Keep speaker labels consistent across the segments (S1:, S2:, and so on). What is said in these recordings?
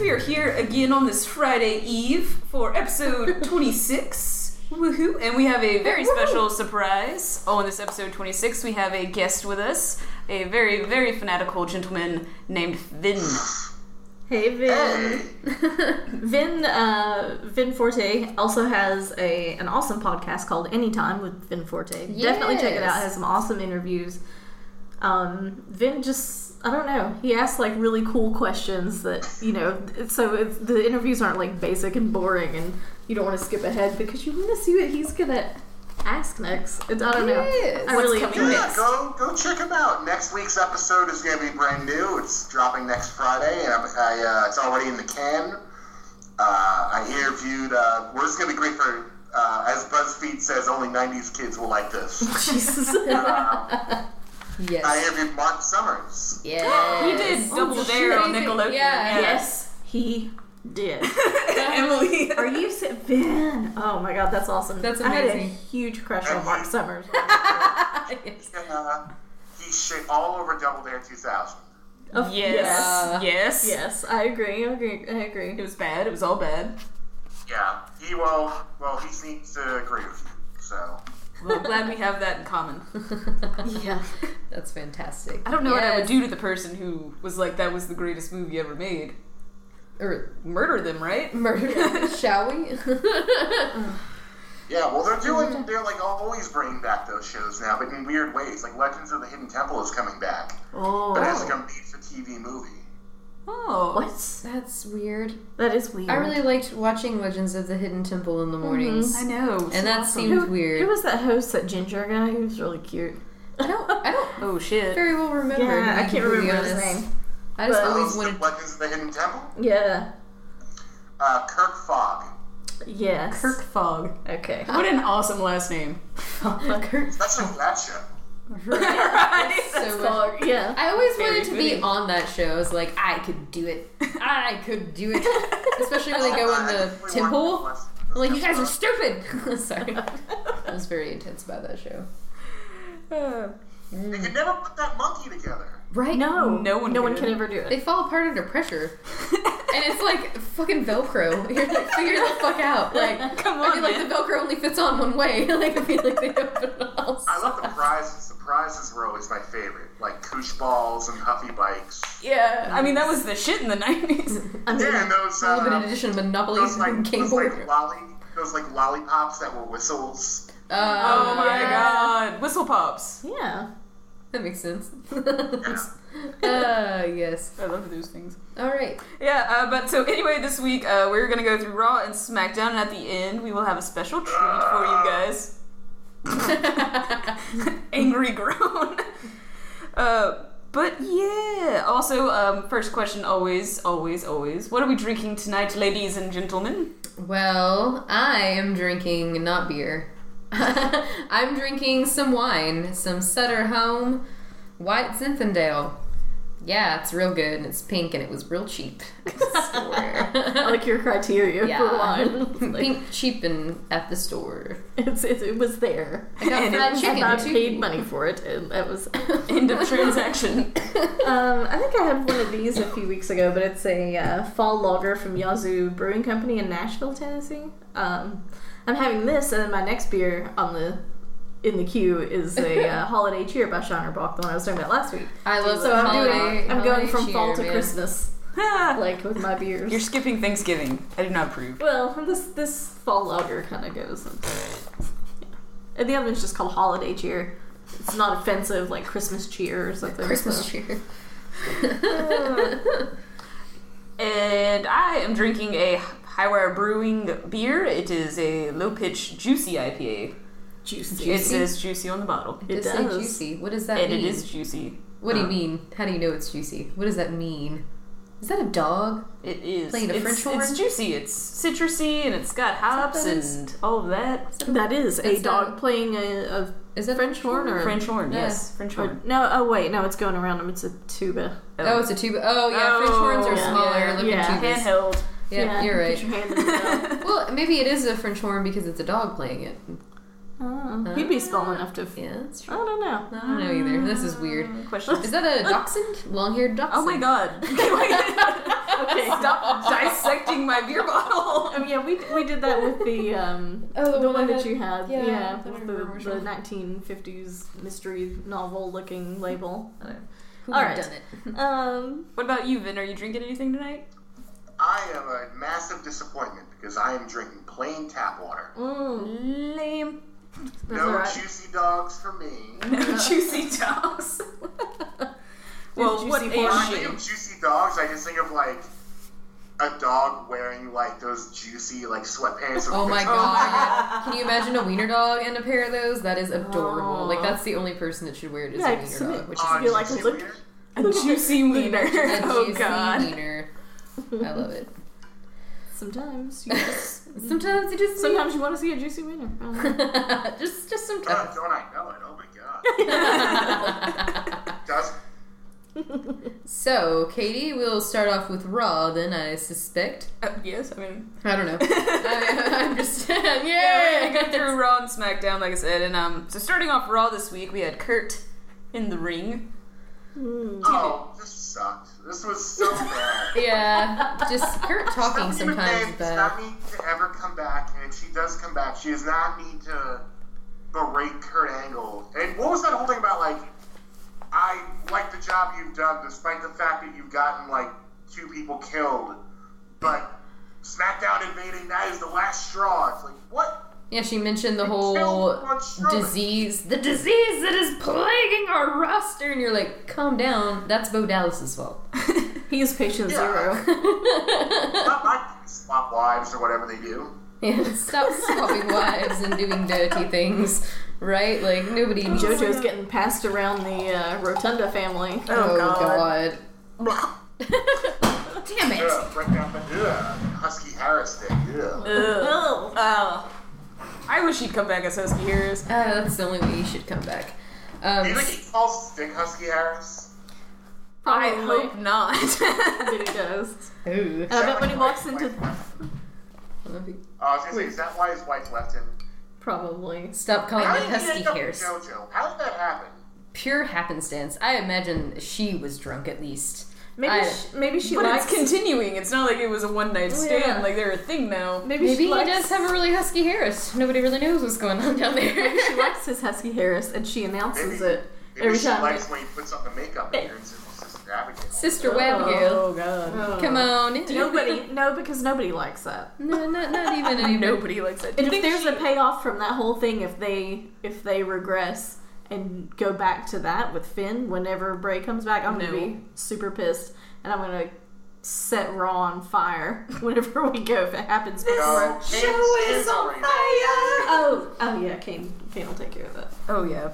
S1: we are here again on this Friday Eve for episode 26. Woohoo! And we have a very special surprise on this episode 26. We have a guest with us, a very, very fanatical gentleman named Vin.
S2: Hey Vin. Vin uh, Vin Forte also has a an awesome podcast called Anytime with Vin Forte. Definitely check it out. It
S3: Yes.
S2: has some awesome interviews. Um, Vin just I don't know. He asks like really cool questions that you know. it's- So it's, the interviews aren't like basic and boring, and you don't want to skip ahead because you want to see what he's gonna ask next. It's, I don't know.
S3: Yes.
S2: I
S1: What's
S2: really
S1: coming
S2: enjoy it.
S1: next?
S4: Yeah, go go check them out. Next week's episode is going to be brand new. It's dropping next Friday, and I, I, uh, it's already in the can. Uh, I interviewed. Uh, we're just going to be great for, uh, as BuzzFeed says, only '90s kids will like this.
S2: Jesus.
S4: Uh, I
S3: Yes.
S4: interviewed Mark Summers.
S3: Yes.
S1: He did Double Dare on Nickelodeon.
S3: Yeah.
S2: yes, he did.
S1: Emily.
S2: Are you si- Vin? Oh my god, that's awesome.
S3: That's
S2: I had a
S3: amazing.
S2: huge crush on Mark Summers.
S3: Yes.
S4: Uh, he shit all over Double Dare 2000.
S2: Of-
S1: Yes.
S3: Yeah.
S1: Yes.
S2: Yes, I agree. I agree. I
S1: It
S2: agree.
S1: was bad. It was all bad.
S4: Yeah, he will. Well, he seems to agree with you. So
S1: Well, glad we have that in common.
S2: Yeah.
S3: That's fantastic.
S1: I don't know what I would
S3: Yes.
S1: do to the person who was like, that was the greatest movie ever made.
S3: Or
S1: Murder them, right?
S3: murder, shall we?
S4: yeah, well, they're doing. They're like always bringing back those shows now, but in weird ways. Like Legends of the Hidden Temple is coming back. But
S2: Oh.
S4: it's like a made for TV movie.
S1: Oh.
S2: What?
S3: That's weird.
S2: That is weird.
S3: I really liked watching Legends of the Hidden Temple in the mornings.
S1: I know.
S3: And that
S1: awesome.
S3: seemed
S2: Who-
S3: weird.
S2: Who was that host? That ginger guy? He was really cute.
S3: I don't I don't
S1: Oh shit.
S3: very well remember.
S2: Yeah,
S3: to be
S2: I can't
S3: completely
S2: remember his
S3: honest.
S2: name.
S3: I just
S2: But-
S3: always
S4: Those
S3: wanted
S4: Legends of the Hidden Temple.
S2: Yeah.
S4: Uh, Kirk Fogg.
S2: Yes.
S1: Kirk Fogg.
S2: Okay.
S1: What an awesome last name.
S2: Kirk.
S4: Especially for that show.
S1: right?
S3: so much.
S2: Fogg. Yeah.
S3: I always
S1: Very
S3: wanted to be
S1: fitting.
S3: on that show. I was like, I could do it. I could do it. Especially when they go in the temple. I'm like, you guys are stupid. Sorry. I was very intense about that show.
S4: You could never put that monkey together.
S3: Right?
S2: No.
S1: No one
S2: No one
S1: could.
S2: can ever do it.
S3: They fall apart under pressure. And it's like fucking Velcro. You're like, figure the fuck out. Like,
S1: Come
S3: I
S1: on,
S3: feel like
S1: man.
S3: the Velcro only fits on one way. like, I feel like they don't fit on all
S4: I love the
S3: sides.
S4: prizes. The prizes were always my favorite. Like koosh balls and huffy bikes.
S1: Yeah. I mean, that was the shit in the 90s.
S2: I mean,
S4: Yeah, and those,
S3: Limited
S4: uh,
S3: edition Monopoly
S4: those like,
S3: game
S4: those, like
S3: board.
S4: lolly, those like lollipops that were whistles.
S1: Oh
S3: Uh,
S1: my god. Whistle pops.
S2: yeah.
S3: That makes sense.
S4: Yeah.
S3: uh, yes.
S1: I love those things.
S3: All right.
S1: Yeah, uh, but so anyway, this week uh, we're gonna go through Raw and SmackDown, and at the end we will have a special treat for you guys. Angry groan. uh, but yeah. Also, um, first question always, always, always. What are we drinking tonight, ladies and gentlemen?
S3: Well, I am drinking not beer. I'm drinking some wine, some Sutter Home White Zinfandel. Yeah, it's real good and it's pink and it was real cheap. I
S2: I
S3: swear.
S2: like your criteria for wine. Like,
S3: pink cheap and at the store.
S2: it's, it's, it was there.
S3: I got
S1: And it
S3: fried
S1: was
S2: And I
S3: chicken
S2: paid
S3: too.
S2: money for it, and that was.
S1: End of transaction.
S2: Um, I think I had one of these a few weeks ago, but it's a uh, fall lager from Yazoo Brewing Company in Nashville, Tennessee. Um, I'm having this, and then my next beer on the in the queue is a uh, Holiday Cheer by Shiner Bach, the one I was talking about last week.
S3: I love
S2: So I'm
S3: holiday,
S2: doing. I'm going
S3: holiday
S2: from
S3: cheer,
S2: fall to
S3: man.
S2: Christmas, like with my beers.
S1: You're skipping Thanksgiving. I do not approve.
S2: well, this this fall lager kind of goes. And the other one's just called Holiday Cheer. It's not offensive, like Christmas cheer or something. so.
S3: Christmas cheer.
S1: And I am drinking a Highwire Brewing beer. It is a low pitch juicy IPA.
S2: Juicy.
S1: It says juicy on the bottle.
S2: It
S3: Just say
S2: does.
S3: juicy. What does that
S1: And
S3: mean?
S1: it is juicy.
S3: What do you mean? How do you know it's juicy? What does that mean? Is that a dog?
S1: It is.
S3: Playing a
S1: it's,
S3: French horn?
S1: It's juicy. It's citrusy and it's got hops
S3: that is?
S1: and all of that.
S2: That is a
S3: It's
S2: dog
S3: a-
S2: playing a, a
S3: Is that
S2: French horn or
S1: French horn,
S3: Yeah.
S1: yes. French
S2: or,
S1: horn.
S2: no? Oh wait, no, it's going around him. It's a tuba.
S3: Oh, it's a tube. Oh yeah, French
S1: Oh,
S3: horns are
S1: yeah.
S3: smaller
S2: Yeah.
S3: looking
S2: Yeah.
S3: tubas.
S1: Handheld.
S3: Yeah, you're
S2: Put
S3: right.
S2: your hand in the mouth.
S3: Well, maybe it is a French horn because it's a dog playing it.
S2: oh,
S3: Uh-huh.
S2: he'd be small enough to. F- Oh.
S3: Yeah, that's
S2: I
S3: true.
S2: don't know.
S3: I don't know either. This is weird.
S1: Questions?
S2: Oh
S3: Is that a dachshund? Long-haired dachshund?
S1: Oh my god.
S2: Okay.
S1: Stop dissecting my beer bottle.
S2: Um, yeah, we, we did that with the um
S3: Oh, the
S2: the
S3: one
S2: one
S3: I
S2: that
S3: had-
S2: you had.
S3: yeah,
S2: Yeah,
S3: I don't
S2: with the,
S3: remember which
S2: the
S3: one.
S2: 1950s mystery novel looking label. I don't
S3: Who
S2: All
S3: would've
S2: right.
S3: done it?
S2: know. Um,
S1: What about you, Vin? Are you drinking anything tonight?
S4: I am a massive disappointment because I am drinking plain tap water.
S2: mm,
S1: Lame.
S2: that's
S4: no
S2: alright. Mm-hmm.
S4: juicy dogs for me.
S1: juicy dogs. well,
S2: Juicy
S1: what
S2: pork.
S4: When I
S1: is
S4: think
S1: she?
S4: of juicy dogs, I just think of like a dog wearing like those juicy like sweatpants.
S3: Oh my
S4: Picture-
S3: god. Can you imagine a wiener dog and a pair of those? That is adorable.
S2: Aw.
S3: Like that's the only person that should wear it is
S2: Yeah,
S3: a
S2: it's
S3: wiener
S2: a-
S3: dog, which is
S4: Oh,
S2: Just be like,
S4: juicy
S2: look-
S4: wiener.
S1: A juicy wiener.
S3: a
S1: oh
S3: juicy
S1: god.
S3: wiener. I love it.
S2: Sometimes you just,
S3: Sometimes you just
S2: sometimes you want to see a juicy winner.
S3: just
S4: God,
S3: just sometimes.
S4: don't I know it? Oh my god. Does
S3: so, Katie, we'll start off with Raw. Then I suspect.
S1: Uh, yes, I mean.
S3: I don't know. I, I'm just
S1: Yeah, we're gonna go
S3: yeah.
S1: through Raw and SmackDown, like I said, and um, so starting off Raw this week, we had Kurt in the ring.
S4: oh this sucked. This was so bad.
S3: Yeah, just Kurt talking
S4: Stephanie
S3: sometimes
S4: McMahon
S3: is
S4: does
S3: bad.
S4: not need to ever come back, and if she does come back, she does not need to berate Kurt Angle. And what was that whole thing about like, I like the job you've done, despite the fact that you've gotten like two people killed, but SmackDown invading that is the last straw. It's like what?
S3: Yeah, she mentioned the
S4: Killed
S3: whole
S4: Braun Strowman.
S3: disease, the disease that is plaguing our roster, and you're like, calm down. That's Bo Dallas's fault.
S2: He is patient
S4: Yeah.
S2: zero.
S4: Not like swap wives or whatever they do.
S3: Yeah, stop swapping wives and doing dirty things, right? Like nobody
S1: Oh,
S3: needs.
S2: JoJo's getting passed around the uh, Rotunda family.
S3: Oh
S1: God.
S3: God. Damn it!
S4: Ugh, break down the ugh, Husky Harris thing. Ugh.
S1: Ugh.
S2: Oh.
S1: Oh. I wish he'd come back as Husky Heroes.
S3: Uh, that's the only way you should come back.
S4: Do
S3: Um,
S4: you think he calls Stick Husky Harris?
S1: I
S2: Probably.
S1: hope not.
S2: that he does.
S3: ooh.
S2: And I bet when he walks into
S4: Oh, Uh, I was gonna say, is that why his wife left him?
S2: probably
S3: Stop calling
S4: How
S3: me
S4: did he
S3: husky
S4: end up with
S3: hairs.
S4: JoJo? How did that happen?
S3: Pure happenstance. I imagine she was drunk at least.
S2: maybe
S3: I-
S2: sh maybe she
S1: but
S2: likes
S1: it's Oh, continuing. It's not like it was a one night stand.
S2: Yeah.
S1: Like they're a thing now.
S2: maybe,
S3: Maybe
S2: she
S3: he
S2: likes,
S3: does have a really husky Harris. Nobody really knows what's going on down there.
S2: maybe she likes his husky Harris and she announces
S4: Maybe-
S2: it
S4: Maybe
S2: every
S4: she
S2: time.
S4: likes when you put something makeup in here and says, well, Sister Abigail.
S3: Sister Webgirl.
S1: god.
S2: Oh.
S3: Come on. in.
S2: Nobody, no, because nobody likes that.
S3: No, not, not even any
S1: Nobody likes that.
S2: And if there's a payoff from that whole thing, if they if they regress and go back to that with Finn, whenever Bray comes back, I'm gonna
S1: No.
S2: be super pissed, and I'm gonna set Raw on fire whenever we go if it happens. before.
S3: Oh.
S4: No, show is on fire!
S2: Oh, oh yeah, Kane, Kane will take care of that.
S1: Oh yeah.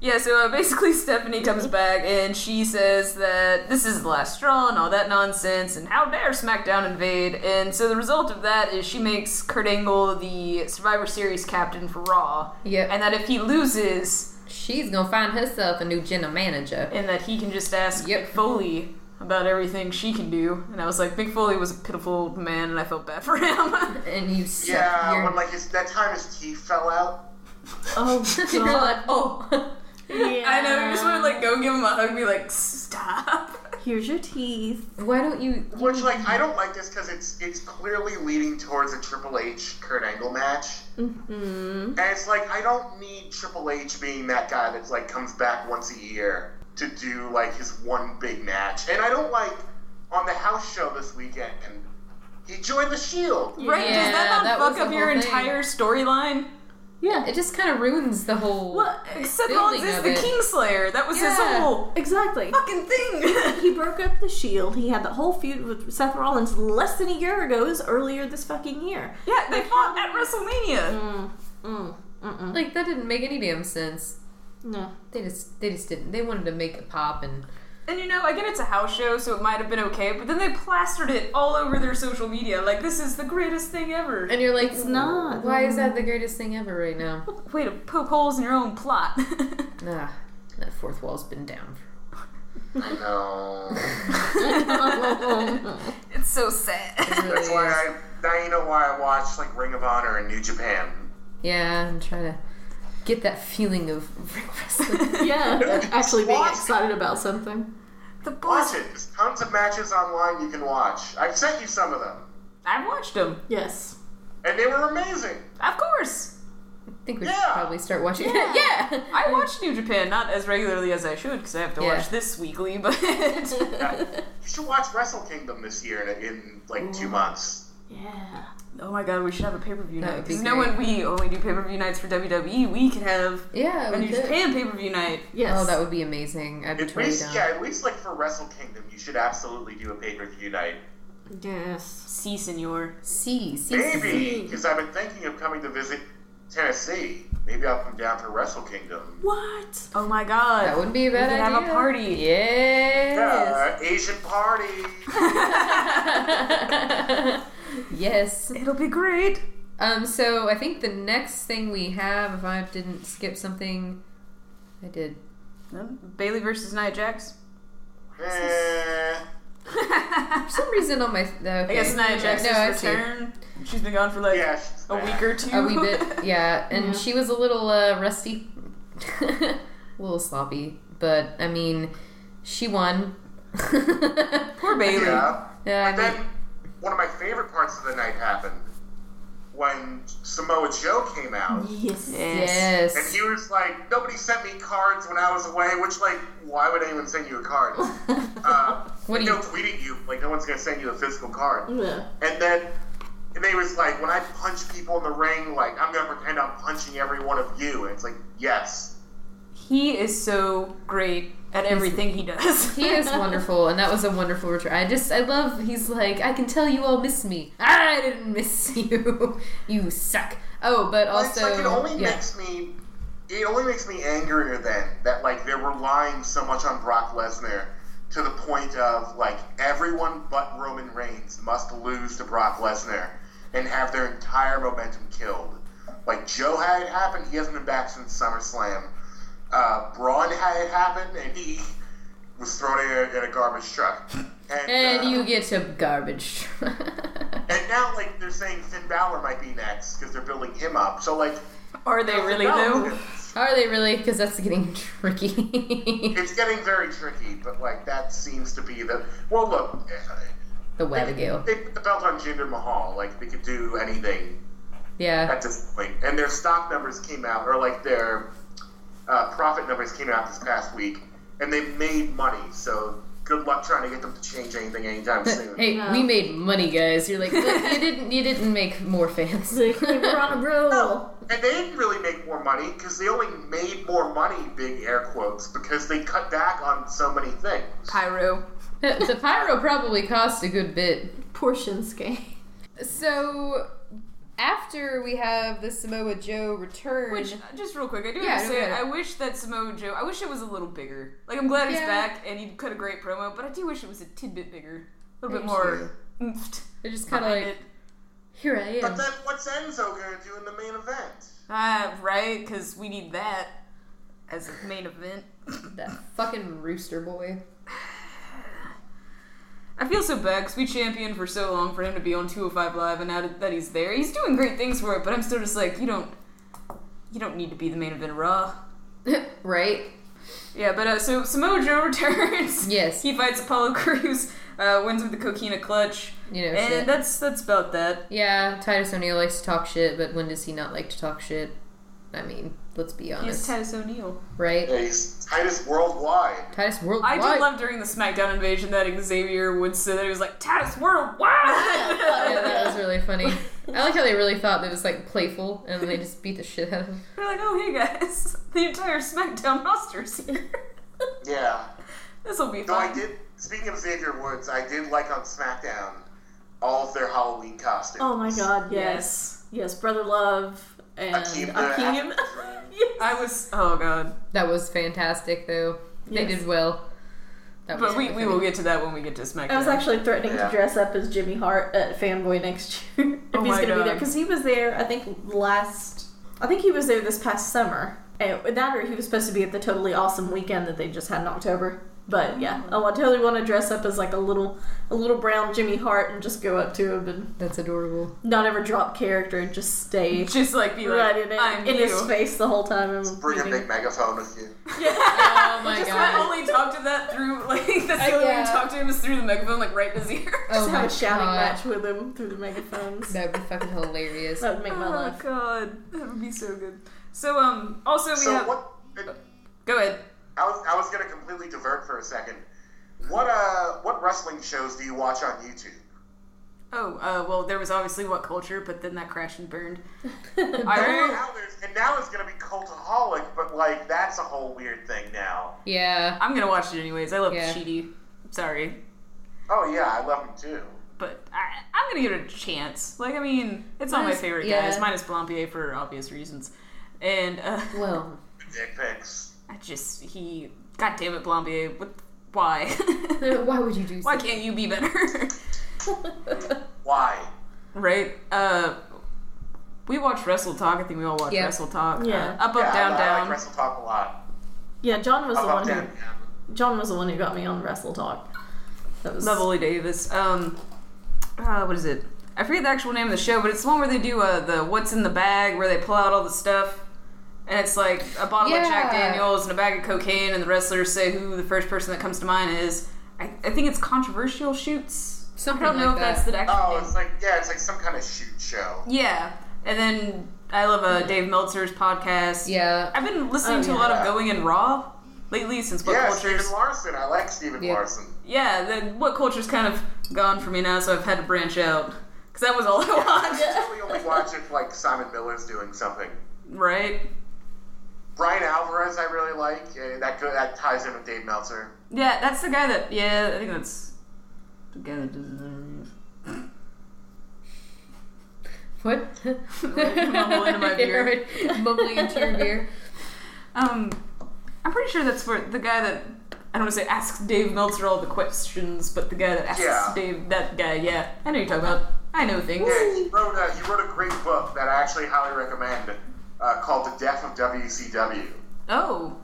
S1: Yeah, so uh, basically Stephanie comes back and she says that this is the last straw and all that nonsense and how dare SmackDown invade. And so the result of that is she makes Kurt Angle the Survivor Series captain for Raw.
S3: Yep.
S1: And that if he loses,
S3: She's gonna find herself a new general manager.
S1: and that he can just ask
S3: Yep.
S1: Mick Foley about everything she can do. And I was like, Mick Foley was a pitiful man and I felt bad for him.
S3: And you suck.
S4: Yeah,
S3: You're,
S4: when like his, that time his teeth fell out.
S2: Oh
S3: you're
S2: God.
S3: like, oh.
S2: yeah.
S1: I know, you just want to like go give him a hug and be like, stop.
S2: Here's your teeth.
S3: Why don't you?
S4: Which like I don't like this because it's it's clearly leading towards a Triple H Kurt Angle match,
S2: Mm-hmm.
S4: and it's like I don't need Triple H being that guy that's like comes back once a year to do like his one big match, and I don't like on the house show this weekend he joined the Shield.
S1: Right, does
S3: Yeah,
S1: that not
S3: that was
S1: fuck
S3: the
S1: up your
S3: whole thing.
S1: entire storyline?
S2: Yeah,
S3: It just kind of ruins the whole.
S2: Well,
S1: Seth
S3: building
S1: Rollins is
S3: of
S1: the
S3: it.
S1: Kingslayer. That was his
S3: Yeah.
S1: whole
S2: exactly.
S1: fucking thing.
S2: He broke up the Shield. He had that whole feud with Seth Rollins less than a year ago. It was earlier this fucking year.
S1: yeah, they fought at
S3: hmm.
S1: WrestleMania.
S2: Mm, mm, mm-mm.
S3: Like that didn't make any damn sense.
S2: No.
S3: They just they just didn't. They wanted to make it pop and
S1: And you know, I get it's a house show, so it might have been okay, but then they plastered it all over their social media. Like, this is the greatest thing ever.
S3: and you're like,
S2: It's not.
S3: Why is that the greatest thing ever right now?
S1: Way to poke holes in your own plot.
S3: ah, that fourth wall's been down.
S4: I know.
S1: it's so
S3: For,
S1: sad.
S3: it
S4: That's
S3: really
S4: why
S3: is.
S4: I now you know why I watch like Ring of Honor and New Japan.
S3: Yeah, I'm trying to get that feeling of wrestling.
S2: Yeah, actually being excited about something.
S1: The
S4: Watch
S1: bullshit.
S4: it. There's tons of matches online you can watch. I've sent you some of them,
S1: I watched them.
S2: Yes.
S4: and they were amazing.
S1: Of course.
S3: I think we should
S4: Yeah.
S3: probably start watching
S2: Yeah.
S3: it. yeah.
S1: I watch New Japan not as regularly as I should because I have to
S3: Mm-hmm. Yeah.
S1: watch this weekly, but
S4: Yeah. you should watch Wrestle Kingdom this year in, in like two months.
S2: Yeah.
S1: oh my god, we should have a pay per view
S3: That
S1: night.
S3: would be
S1: Because no one we only do pay per view nights for WWE. We could have
S3: Yeah.
S1: a
S3: we
S1: New
S3: could.
S1: Japan pay per view night.
S2: Yes.
S3: Oh, that would be amazing. I'd be
S4: At
S3: totally
S4: least,
S3: down.
S4: yeah, at least like for Wrestle Kingdom, you should absolutely do a pay per view night.
S2: Yes.
S1: See, senor.
S3: See, see, see, see.
S4: Maybe because I've been thinking of coming to visit Tennessee. Maybe I'll come down for Wrestle Kingdom.
S2: What?
S1: Oh my god.
S3: That would be a
S1: we
S3: bad
S1: could
S3: idea.
S1: have a party.
S3: Yes.
S4: Yeah, Uh, Asian party. Eh,
S3: yes.
S1: It'll be great.
S3: Um, so I think the next thing we have, if I didn't skip something, I did.
S1: Bailey versus Nia Jax.
S4: Eh,
S3: For some reason on my. Okay.
S1: I guess Nia Jax's
S3: no, I see.
S1: return. She's been gone for like
S4: yeah, she's
S1: a
S4: back.
S1: week or two.
S3: A wee bit, yeah. And she was a little uh, rusty, a little sloppy, but I mean, she won.
S1: Poor Bailey.
S4: Yeah.
S3: Yeah, I
S4: And then
S3: mean,
S4: one of my favorite parts of the night happened when Samoa Joe came out.
S2: Yes.
S3: yes.
S4: And he was like, nobody sent me cards when I was away, which, like, why would anyone send you a card? uh,
S3: What do
S4: no
S3: you-
S4: tweeting you, like, no one's going to send you a physical card.
S2: Yeah.
S4: And then, and they was like, when I punch people in the ring, like, I'm going to pretend I'm punching every one of you. And it's like, yes.
S1: He is so great at everything he does.
S3: He is wonderful, and that was a wonderful return. I just, I love. He's like, I can tell you all miss me. I didn't miss you. you suck. Oh, but
S4: But it's
S3: also,
S4: like, it only
S3: yeah.
S4: makes me, it only makes me angrier then that, like, they're relying so much on Brock Lesnar to the point of, like, everyone but Roman Reigns must lose to Brock Lesnar and have their entire momentum killed. Like, Joe had it happen, he hasn't been back since SummerSlam. Uh, Braun had it happen, and he was thrown in a, in a garbage truck. And, uh,
S3: and you get to garbage.
S4: and now, like, they're saying Finn Balor might be next because they're building him up. So, like,
S1: Are they really
S4: no,
S1: though?
S3: Are they really? Because that's getting tricky.
S4: It's getting very tricky, but like that seems to be the well. Look,
S3: the
S4: uh,
S3: Wabigoon.
S4: They put the belt on Jinder Mahal. Like they could do anything
S3: Yeah.
S4: at this point, and their stock numbers came out, or like their uh, profit numbers came out this past week, and they made money. So good luck trying to get them to change anything anytime soon.
S3: Hey,
S2: No.
S3: we made money, guys. You're like, "Look, you didn't, you didn't make more fans.
S2: Like, we were on a roll.
S4: And they didn't really make more money because they only made more money, big air quotes, because they cut back on so many things.
S1: Pyro.
S3: the pyro probably cost a good bit.
S2: Portion scale.
S3: So after we have the Samoa Joe return,
S1: Which, just real quick, I do
S3: Yeah,
S1: have to
S3: no,
S1: say,
S3: go
S1: I
S3: ahead.
S1: wish that Samoa Joe, I wish it was a little bigger. Like, I'm glad he's
S3: Yeah.
S1: back and he cut a great promo, but I do wish it was a tidbit bigger. A little bit
S3: Me
S1: more oomphed.
S3: they're just kind of
S1: behind
S3: like,
S1: it.
S3: here I
S4: But
S3: am.
S4: then what's Enzo going to do in the main event?
S1: Ah, right? Because we need that as a main event.
S3: That fucking rooster boy.
S1: I feel so bad because we championed for so long for him to be on 205 Live, and now that he's there, he's doing great things for it. But I'm still just like, you don't, you don't need to be the main event of Raw.
S3: right?
S1: Yeah, but uh, so Samoa Joe returns.
S3: Yes.
S1: he fights Apollo Crews, uh, wins with the coquina clutch,
S3: You know,
S1: and
S3: shit.
S1: that's that's about that.
S3: yeah, Titus O'Neil likes to talk shit, but when does he not like to talk shit? I mean, let's be honest,
S1: He's Titus O'Neil.
S3: right?
S4: Yeah, he's Titus worldwide.
S3: Titus
S1: I
S3: worldwide.
S1: did love during the SmackDown invasion that Xavier Woods said that he was like Titus Worldwide.
S3: Yeah, Oh, that was really funny. I like how they really thought that it was like playful, and they just beat the shit out of him.
S1: They're like, oh hey guys, the entire SmackDown roster's here.
S4: Yeah.
S1: this will be
S4: No, I
S1: fun.
S4: did. Speaking of Xavier Woods, I did like on SmackDown all of their Halloween costumes.
S2: Oh my god, yes.
S1: Yes.
S2: Yes, Brother Love and
S4: Akeem, uh,
S2: Akeem.
S4: Akeem.
S2: yes.
S1: I was oh god.
S3: That was fantastic, though. They
S2: Yes.
S3: did well. That was
S1: But we, we will get to that when we get to SmackDown.
S2: I was actually threatening
S4: Yeah.
S2: to dress up as Jimmy Hart at Fanboy next year if
S1: Oh
S2: he's
S1: my
S2: going to be there
S1: God.
S2: because he was there. I think last. I think he was there this past summer. And that or he was supposed to be at the totally awesome weekend that they just had in October. But yeah,
S1: Mm-hmm.
S2: oh, I totally want to dress up as like a little, a little brown Jimmy Hart and just go up to him and
S3: That's adorable.
S2: not ever drop character and just stay
S1: Just like be like,
S2: right in, it-
S1: I'm
S2: in
S1: you.
S2: his face the whole time. I'm
S4: Bring a
S2: leaving.
S4: big megaphone with you.
S3: Oh my
S1: Just
S3: god.
S1: I only talk to that through like that's the only way you
S3: yeah.
S1: talk to him is through the megaphone, like right in his ear.
S3: oh
S2: Just
S3: my
S2: have a shouting
S3: god.
S2: match with him through the megaphones.
S3: That would be fucking hilarious.
S2: That would make my
S1: oh
S2: life.
S1: god, that would be so good. So um, also we
S4: So
S1: have
S4: what?
S1: go ahead.
S4: I was I was gonna completely divert for a second. What uh what wrestling shows do you watch on YouTube?
S1: Oh uh, well, there was obviously what culture, but then that crashed and burned. I heard.
S4: Now there's and now it's gonna be cultaholic, but like that's a whole weird thing now.
S3: Yeah.
S1: I'm gonna watch it anyways. I love
S3: Yeah.
S1: Cheaty. Sorry,
S4: Oh yeah, I love him too.
S1: but I, I'm gonna give it a chance. Like I mean, it's all my
S3: Minus-
S1: favorite
S3: yeah.
S1: guys, minus Blompier for obvious reasons, and uh,
S3: Well,
S4: Dick pics.
S1: I just he. God damn it, Blombier! What? Why?
S3: why would you do
S1: why
S3: so?
S1: can't you be better?
S4: Why?
S1: Right. Uh, we watch Wrestle Talk. I think we all watch
S3: Yeah.
S1: Wrestle Talk.
S2: Yeah.
S1: Uh, up, up,
S4: yeah,
S1: down,
S4: I, I like
S1: down.
S4: Wrestle Talk a lot.
S2: Yeah, John was
S4: Up,
S2: the
S4: up,
S2: one
S4: down,
S2: who
S4: down.
S2: John was the one who got me on Wrestle Talk. That was
S1: Love Ollie Davis. Um, uh, what is it? I forget the actual name of the show, but it's the one where they do uh, the "What's in the Bag," where they pull out all the stuff, and it's like a bottle of Jack
S3: Yeah.
S1: Daniels and a bag of cocaine, and the wrestlers say who the first person that comes to mind is. I, I think it's controversial shoots.
S3: Something
S1: I don't know
S3: like
S1: if
S3: that.
S1: that's the actual
S4: Oh,
S1: name.
S4: it's like yeah, it's like some kind of shoot show.
S1: Yeah, and then I love uh, Dave Meltzer's podcast.
S3: Yeah.
S1: I've been listening
S2: Oh,
S1: to a
S2: yeah.
S1: lot of Going in Raw lately since What
S4: yeah,
S1: Culture's.
S4: Stephen Larson. I like Stephen
S3: Yeah.
S4: Larson.
S1: Yeah, then What Culture's kind of gone for me now, so I've had to branch out. Because that was all I watched.
S4: I usually only watch if like Simon Miller's doing something.
S1: Right?
S4: Brian Alvarez, I really like. Uh, that go, that ties in with Dave Meltzer.
S1: Yeah, that's the guy that. Yeah, I think that's. The guy that does his interviews.
S3: What?
S1: Mumbling in my beer.
S3: Yeah, right. Mumbling into your beer.
S1: Um, I'm pretty sure that's where the guy that. I don't want to say asks Dave Meltzer all the questions, but the guy that asks
S4: Yeah.
S1: Dave. That guy, yeah. I know you're talking about. I know things.
S4: Yeah, he wrote a, he wrote a great book that I actually highly recommend uh, called The Death of WCW,
S1: Oh.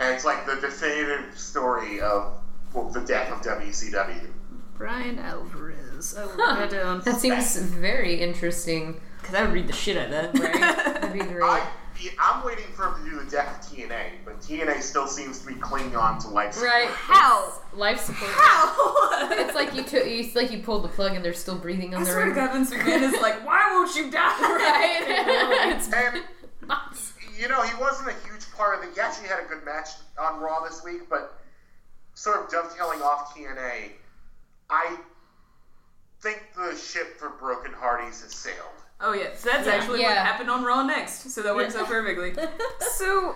S4: and it's like the definitive story of well, the death of WCW.
S1: Brian Alvarez. Oh, I will
S3: Huh.
S1: write that down.
S3: That seems very interesting.
S1: Because I read the shit out of that.
S3: That'd be great.
S4: I I'm waiting for him to do the death of TNA, but TNA still seems to be clinging on to life. support.
S3: right.
S1: How?
S3: It's life support. It's
S1: How?
S3: like you took. It's like you pulled the plug and they're still breathing on
S1: I
S3: their
S1: swear to
S3: own.
S1: God, Vince McMahon is like, why won't you die?
S3: Right. it's
S4: And
S3: nuts.
S4: you know, he wasn't a huge part of the. He actually had a good match on Raw this week, but sort of dovetailing off TNA, I think the ship for Broken Hardys has sailed.
S1: Oh yeah, so that's actually what
S3: Yeah.
S1: happened on Raw next. So that works out perfectly. so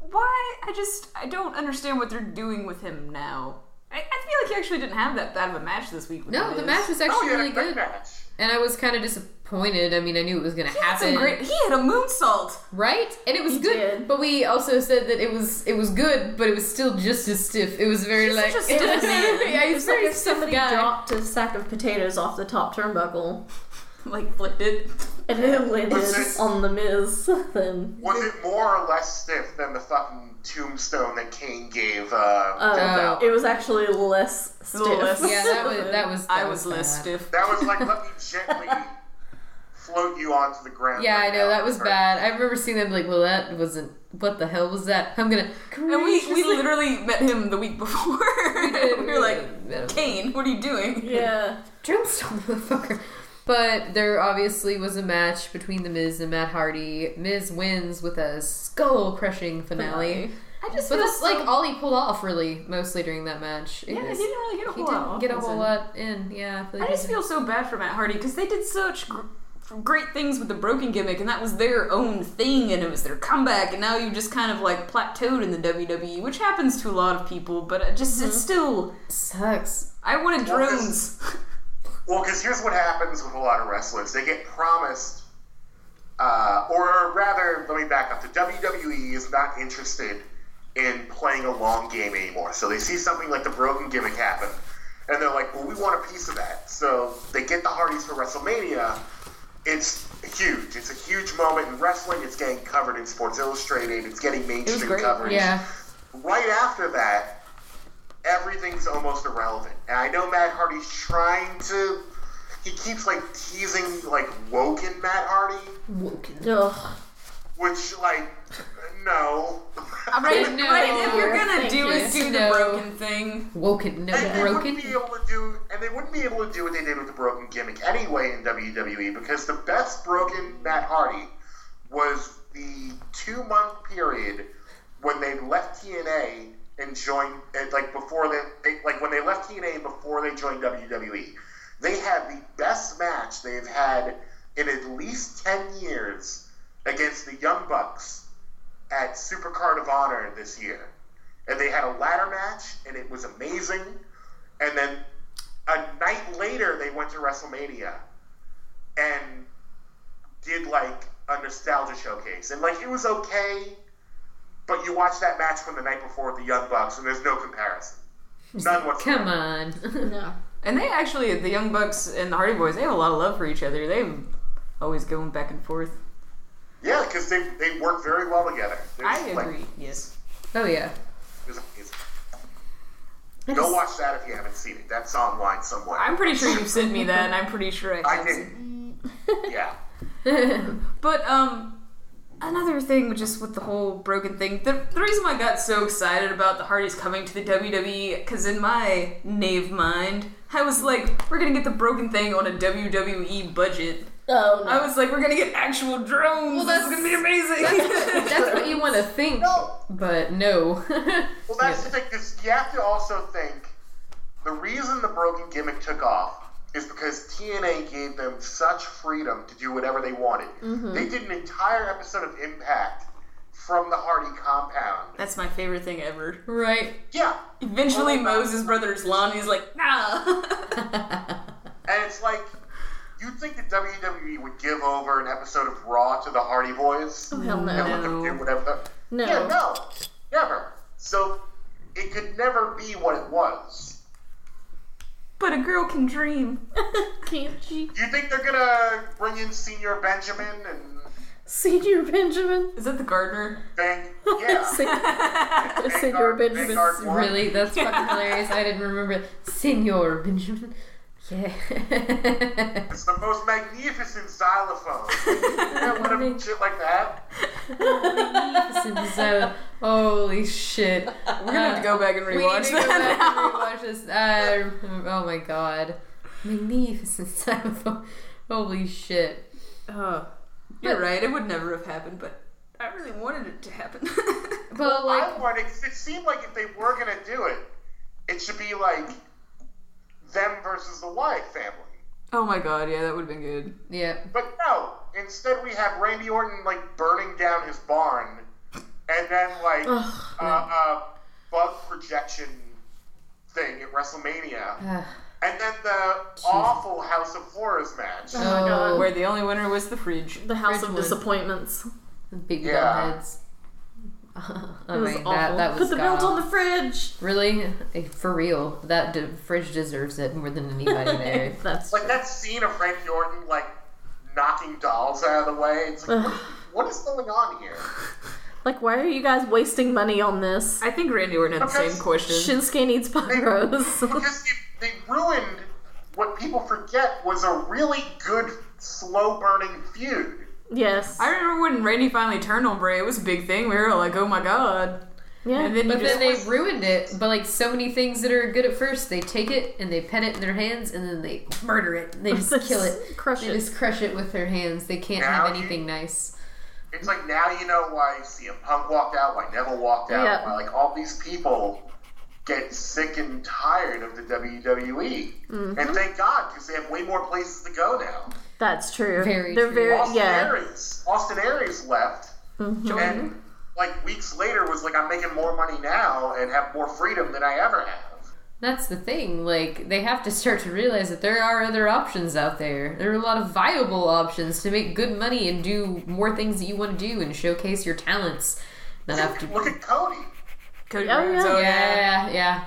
S1: why? I just I don't understand what they're doing with him now. I, I feel like he actually didn't have that bad of a match this week. with
S3: No, the
S1: Miz.
S3: match was
S4: Oh,
S3: actually
S4: he had
S3: really
S4: a great
S3: good,
S4: match.
S3: and I was kind of disappointed. I mean, I knew it was gonna
S1: He had
S3: happen,
S1: some great. He had a moonsault.
S3: right? And it was good,
S2: did.
S3: but we also said that it was it was good, but it was still just as stiff. It was very like
S1: such a stiff man.
S3: yeah, he's
S2: It's like
S3: very
S2: if
S3: stiff
S2: somebody
S3: guy.
S2: dropped a sack of potatoes off the top turnbuckle
S1: Like flipped it.
S2: and it landed
S4: Yes.
S2: on the Miz, then
S4: Was it more or less stiff than the fucking tombstone that Kane gave? Uh,
S3: Oh.
S2: uh,
S3: Wow.
S2: it was actually less stiff.
S1: little less-
S3: Yeah, that was that was.
S1: I
S3: that
S1: was less
S3: bad.
S1: stiff.
S4: that was like let me gently float you onto the ground.
S3: Yeah, I
S4: right
S3: know
S4: now,
S3: that was
S4: sir.
S3: bad. I remember seeing them like, well, that wasn't. What the hell was that? I'm gonna.
S1: And we, we literally met him the week before. We,
S3: did,
S1: were
S3: we
S1: like,
S3: did.
S1: Kane, what are you doing?
S2: Yeah.
S3: Tombstone, motherfucker. But there obviously was a match between The Miz and Matt Hardy. Miz wins with a skull crushing finale.
S1: I just
S3: But
S1: feel
S3: that's
S1: so-
S3: like all he pulled off, really, mostly during that match. It
S1: Yeah, he
S3: was-
S1: didn't really get a
S3: he
S1: whole
S3: didn't
S1: lot.
S3: get a
S1: off,
S3: whole
S1: was it?
S3: lot in. Yeah, I, feel like
S1: I
S3: he
S1: just
S3: didn't-
S1: feel so bad for Matt Hardy because they did such gr- great things with the broken gimmick, and that was their own thing, and it was their comeback, and now you just kind of like plateaued in the WWE, which happens to a lot of people, but it just
S3: Mm-hmm.
S1: it's still.
S3: sucks.
S1: I wanted
S4: Well, 'cause-
S1: drones.
S4: Well, because here's what happens with a lot of wrestlers: they get promised, uh, or rather, let me back up. The WWE is not interested in playing a long game anymore. So they see something like the broken gimmick happen, and they're like, "Well, we want a piece of that." So they get the Hardys for WrestleMania. It's huge. It's a huge moment in wrestling. It's getting covered in Sports Illustrated. It's getting mainstream
S1: great,
S4: coverage
S3: Yeah,
S4: right after that, everything's almost irrelevant. And I know Matt Hardy's trying to. He keeps like teasing like woken Matt Hardy,
S2: Ugh.
S4: which like no.
S1: I'm right,
S3: No.
S1: right, if you're gonna
S2: Thank
S1: do
S2: you.
S1: is do
S3: No.
S1: the broken thing.
S3: Woken, no
S4: And they
S3: broken.
S4: wouldn't be able to do, and they wouldn't be able to do what they did with the broken gimmick anyway in WWE because the best broken Matt Hardy was the two month period when they left TNA and joined, and, like before they, they- like when they left TNA and before they joined WWE, they had the best match they've had in at least ten years against the Young Bucks at Supercard of Honor this year. And they had a ladder match, and it was amazing. And then a night later, they went to WrestleMania and did like a nostalgia showcase. And like it was okay, but you watch that match from the night before with the Young Bucks, and there's no comparison. None whatsoever.
S3: Come on.
S2: Oh, No.
S1: And they actually, the Young Bucks and the Hardy Boys, they have a lot of love for each other. They've always going back and forth.
S4: Yeah, because they, they work very well together. They're
S1: I
S4: just, like,
S1: agree. Yes.
S3: Oh yeah.
S4: it was amazing. Go watch that if you haven't seen it. That's online somewhere.
S1: I'm pretty sure you've sent me that, and I'm pretty sure I
S4: I
S1: have. seen-
S4: didn't. yeah.
S1: But um, another thing, just with the whole broken thing, the, the reason why I got so excited about the Hardys coming to the WWE, because in my naive mind, I was like, we're gonna get the broken thing on a WWE budget.
S2: Oh
S1: I was like, we're gonna get actual drones. this
S3: Well, that's-
S1: is gonna be amazing.
S3: That's what you want to think,
S4: No.
S3: but no.
S4: Well, that's the thing. Is you have to also think the reason the broken gimmick took off is because TNA gave them such freedom to do whatever they wanted.
S2: Mm-hmm.
S4: They did an entire episode of Impact from the Hardy compound.
S1: That's my favorite thing ever.
S3: right.
S4: Yeah,
S3: Oh
S1: Eventually, Moses' brother's Lonnie's like, nah.
S4: and it's like you'd think that WWE would give over an episode of Raw to the Hardy Boys
S2: no. Oh, Hell
S4: and
S2: no.
S4: let them
S1: No.
S4: do whatever.
S2: No.
S4: Yeah, no, never. So it could never be what it was.
S1: but a girl can dream.
S2: Can't she?
S4: Do you think they're gonna bring in Senior Benjamin and
S2: Senior Benjamin? Oh,
S1: Is that the gardener?
S4: Bang? Yeah.
S2: Senior Benjamin.
S3: Really? That's fucking hilarious. I didn't remember. Senor Benjamin. Yeah.
S4: It's the most magnificent xylophone. yeah, what a shit like that.
S3: so, holy shit.
S1: We're gonna have to go back and
S3: Uh, We need
S1: rewatch
S3: to go
S1: that.
S3: back
S1: now.
S3: and rewatch this. Uh, oh my god. Magnificent xylophone. Holy shit.
S1: Oh, you're right. It would never have happened, but I really wanted it to happen.
S3: But like,
S4: I wanted. It seemed like if they were gonna do it, it should be like them versus the Wyatt family.
S1: oh my god, yeah, that would have been good.
S3: yeah.
S4: But no. Instead, we have Randy Orton like burning down his barn, and then like a uh, uh, bug projection thing at WrestleMania.
S3: Ugh.
S4: And then the awful House of Horrors match.
S2: Oh my
S3: Oh.
S2: god.
S1: Where the only winner was the fridge.
S2: The House of
S3: Ridgewood.
S2: Disappointments.
S3: Big
S4: Yeah.
S3: bell heads. I
S2: It was
S3: mean,
S2: awful.
S3: Oh, that, that was
S2: Put the belt
S3: god-awful.
S2: on the fridge.
S3: Really? Eh, For real. That de- fridge deserves it more than anybody there.
S2: That's
S4: Like that scene of Randy Orton like knocking dolls out of the way. It's like, what is going on here?
S2: like why are you guys wasting money on this?
S1: I think Randy Orton had the
S4: Okay.
S1: same question.
S2: Shinsuke needs pyros.
S4: Because they, they ruined what people forget was a really good slow burning feud.
S2: yes.
S1: I remember when Randy finally turned on Bray. It was a big thing. We were all like, "Oh my god!"
S2: yeah.
S1: And then
S3: But
S1: you
S3: then
S1: just
S3: they ruined it. But like so many things that are good at first, they take it and they pet it in their hands and then they murder it. They just kill it.
S2: Crush
S3: They
S2: it.
S3: just crush it with their hands. They can't
S4: Now
S3: have
S4: you-
S3: anything nice.
S4: It's like now you know why CM Punk walked out, why Neville walked out,
S2: Yeah.
S4: why like all these people get sick and tired of the WWE. And thank God because they have way more places to go now.
S2: That's true.
S3: Very
S2: They're
S3: true.
S2: very
S4: Austin
S2: yeah.
S4: Aries, Austin Aries left.
S1: joined.
S4: and like weeks later was like i'm making more money now and have more freedom than i ever have
S3: That's the thing. Like they have to start to realize that there are other options out there. There are a lot of viable options to make good money and do more things that you want to do and showcase your talents. Not have to.
S4: look at cody
S1: Cody
S2: Oh,
S1: Rhodes,
S2: yeah.
S1: oh,
S3: Yeah, yeah.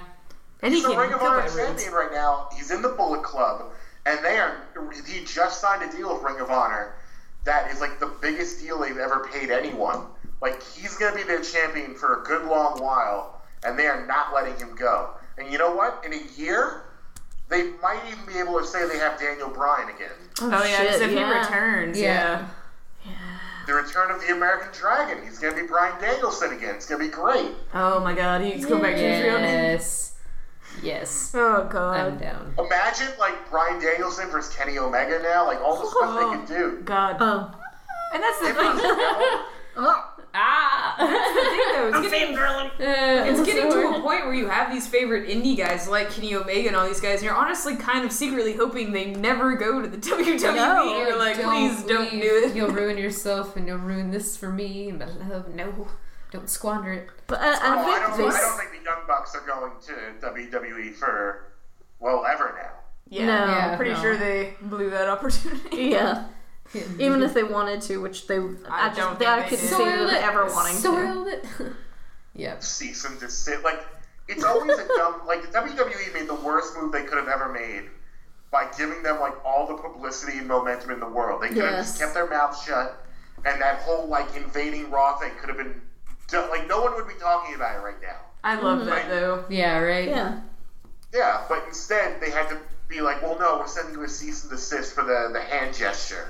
S1: and he
S4: he's a
S1: can
S4: ring of
S1: kill
S4: honor
S1: Cody Rhodes.
S4: champion right now he's in the bullet club and they are he just signed a deal with ring of honor that is like the biggest deal they've ever paid anyone like he's going to be their champion for a good long while and they are not letting him go And you know what? In a year, they might even be able to say they have Daniel Bryan again.
S1: Oh yeah, because
S2: shit,
S1: if he
S2: yeah.
S1: returns,
S3: Yeah.
S1: yeah.
S4: The return of the American Dragon. He's going to be Brian Danielson again. It's going to be great.
S1: Oh my god, he's going back to his real name.
S3: Yes. Yes.
S1: Oh
S3: I'm
S1: god.
S3: down.
S4: Imagine like Brian Danielson versus Kenny Omega now. Like all the stuff they could do.
S1: God.
S2: Oh.
S1: And that's the
S4: If
S1: thing.
S4: it's-
S2: Oh.
S1: That's
S3: Ah!
S1: the thing though. It's getting,
S3: Uh,
S1: it's getting to a
S2: Sorry.
S1: point where you have these favorite indie guys like Kenny Omega and all these guys, and you're honestly kind of secretly hoping they never go to the WWE.
S2: No,
S1: you're like, please don't
S3: Oh, leave.
S1: do it.
S3: You'll ruin yourself and you'll ruin this for me. My love, no. Don't squander it.
S2: But I,
S4: Oh, I,
S2: I
S4: don't,
S2: think
S4: I don't
S2: this.
S4: think the Young Bucks are going to WWE for, well, ever now.
S1: Yeah,
S2: No.
S1: I'm pretty
S3: no.
S1: sure they blew that opportunity.
S2: Yeah. Even if they wanted to, which they, I, just,
S1: don't
S2: they,
S1: think
S2: I
S1: they
S2: could
S1: did.
S2: see them ever wanting to.
S3: Soiled it. yep.
S4: Cease and desist. Like, it's always a dumb, like, the WWE made the worst move they could have ever made by giving them, like, all the publicity and momentum in the world. They could have
S2: Yes.
S4: just kept their mouths shut, and that whole, like, invading Raw thing could have been, done. like, no one would be talking about it right now.
S1: I love that
S4: Right.
S1: though.
S3: Yeah, right?
S2: Yeah.
S4: Yeah, but instead they had to be like, well, no, we're sending you a cease and desist for the, the hand gesture.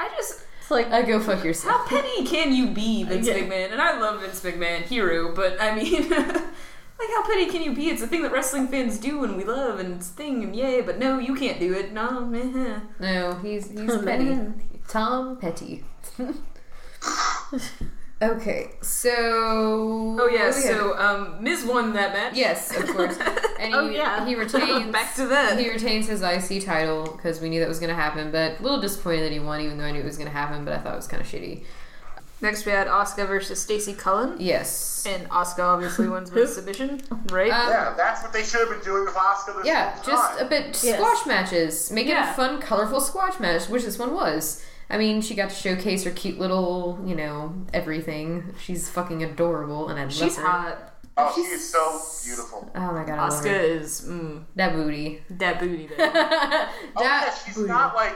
S1: I just
S2: It's like,
S3: Uh, go fuck yourself.
S1: How petty can you be, Vince
S2: Yeah.
S1: McMahon? And I love Vince McMahon, hero, but I mean, like, how petty can you be? It's a thing that wrestling fans do and we love and it's a thing and yay, but no, you can't do it. No, man.
S3: No, he's he's
S1: Oh,
S2: Tom
S3: petty.
S2: Petty.
S3: Tom Petty. okay, so
S1: Oh, yeah,
S3: what do we have?
S1: so um, Miz won that match.
S3: yes, of course, and he,
S2: Oh, yeah.
S3: he retains
S1: Back to that.
S3: he retains his IC title because we knew that was going to happen, but a little disappointed that he won, even though I knew it was going to happen. But I thought it was kind of shitty.
S1: Next, we had Oscar versus Stacy Cullen.
S3: Yes,
S1: And Oscar obviously wins
S2: Who?
S1: with submission, right?
S2: Uh,
S3: Um,
S4: Yeah, that's what they should have been doing with Oscar this
S3: yeah,
S4: whole
S3: just a
S4: time.
S3: bit
S2: Yes.
S3: squash matches, make it
S1: Yeah.
S3: a fun, colorful squash match, which this one was. I mean, she got to showcase her cute little, you know, everything. She's fucking adorable, and I love
S1: She's
S3: her.
S1: hot.
S4: oh, she is so beautiful.
S3: Oh my god, I love
S1: Oscar
S3: her.
S1: is mm,
S3: That booty.
S1: that booty there.
S4: Oh yeah,
S3: That-
S4: she's not like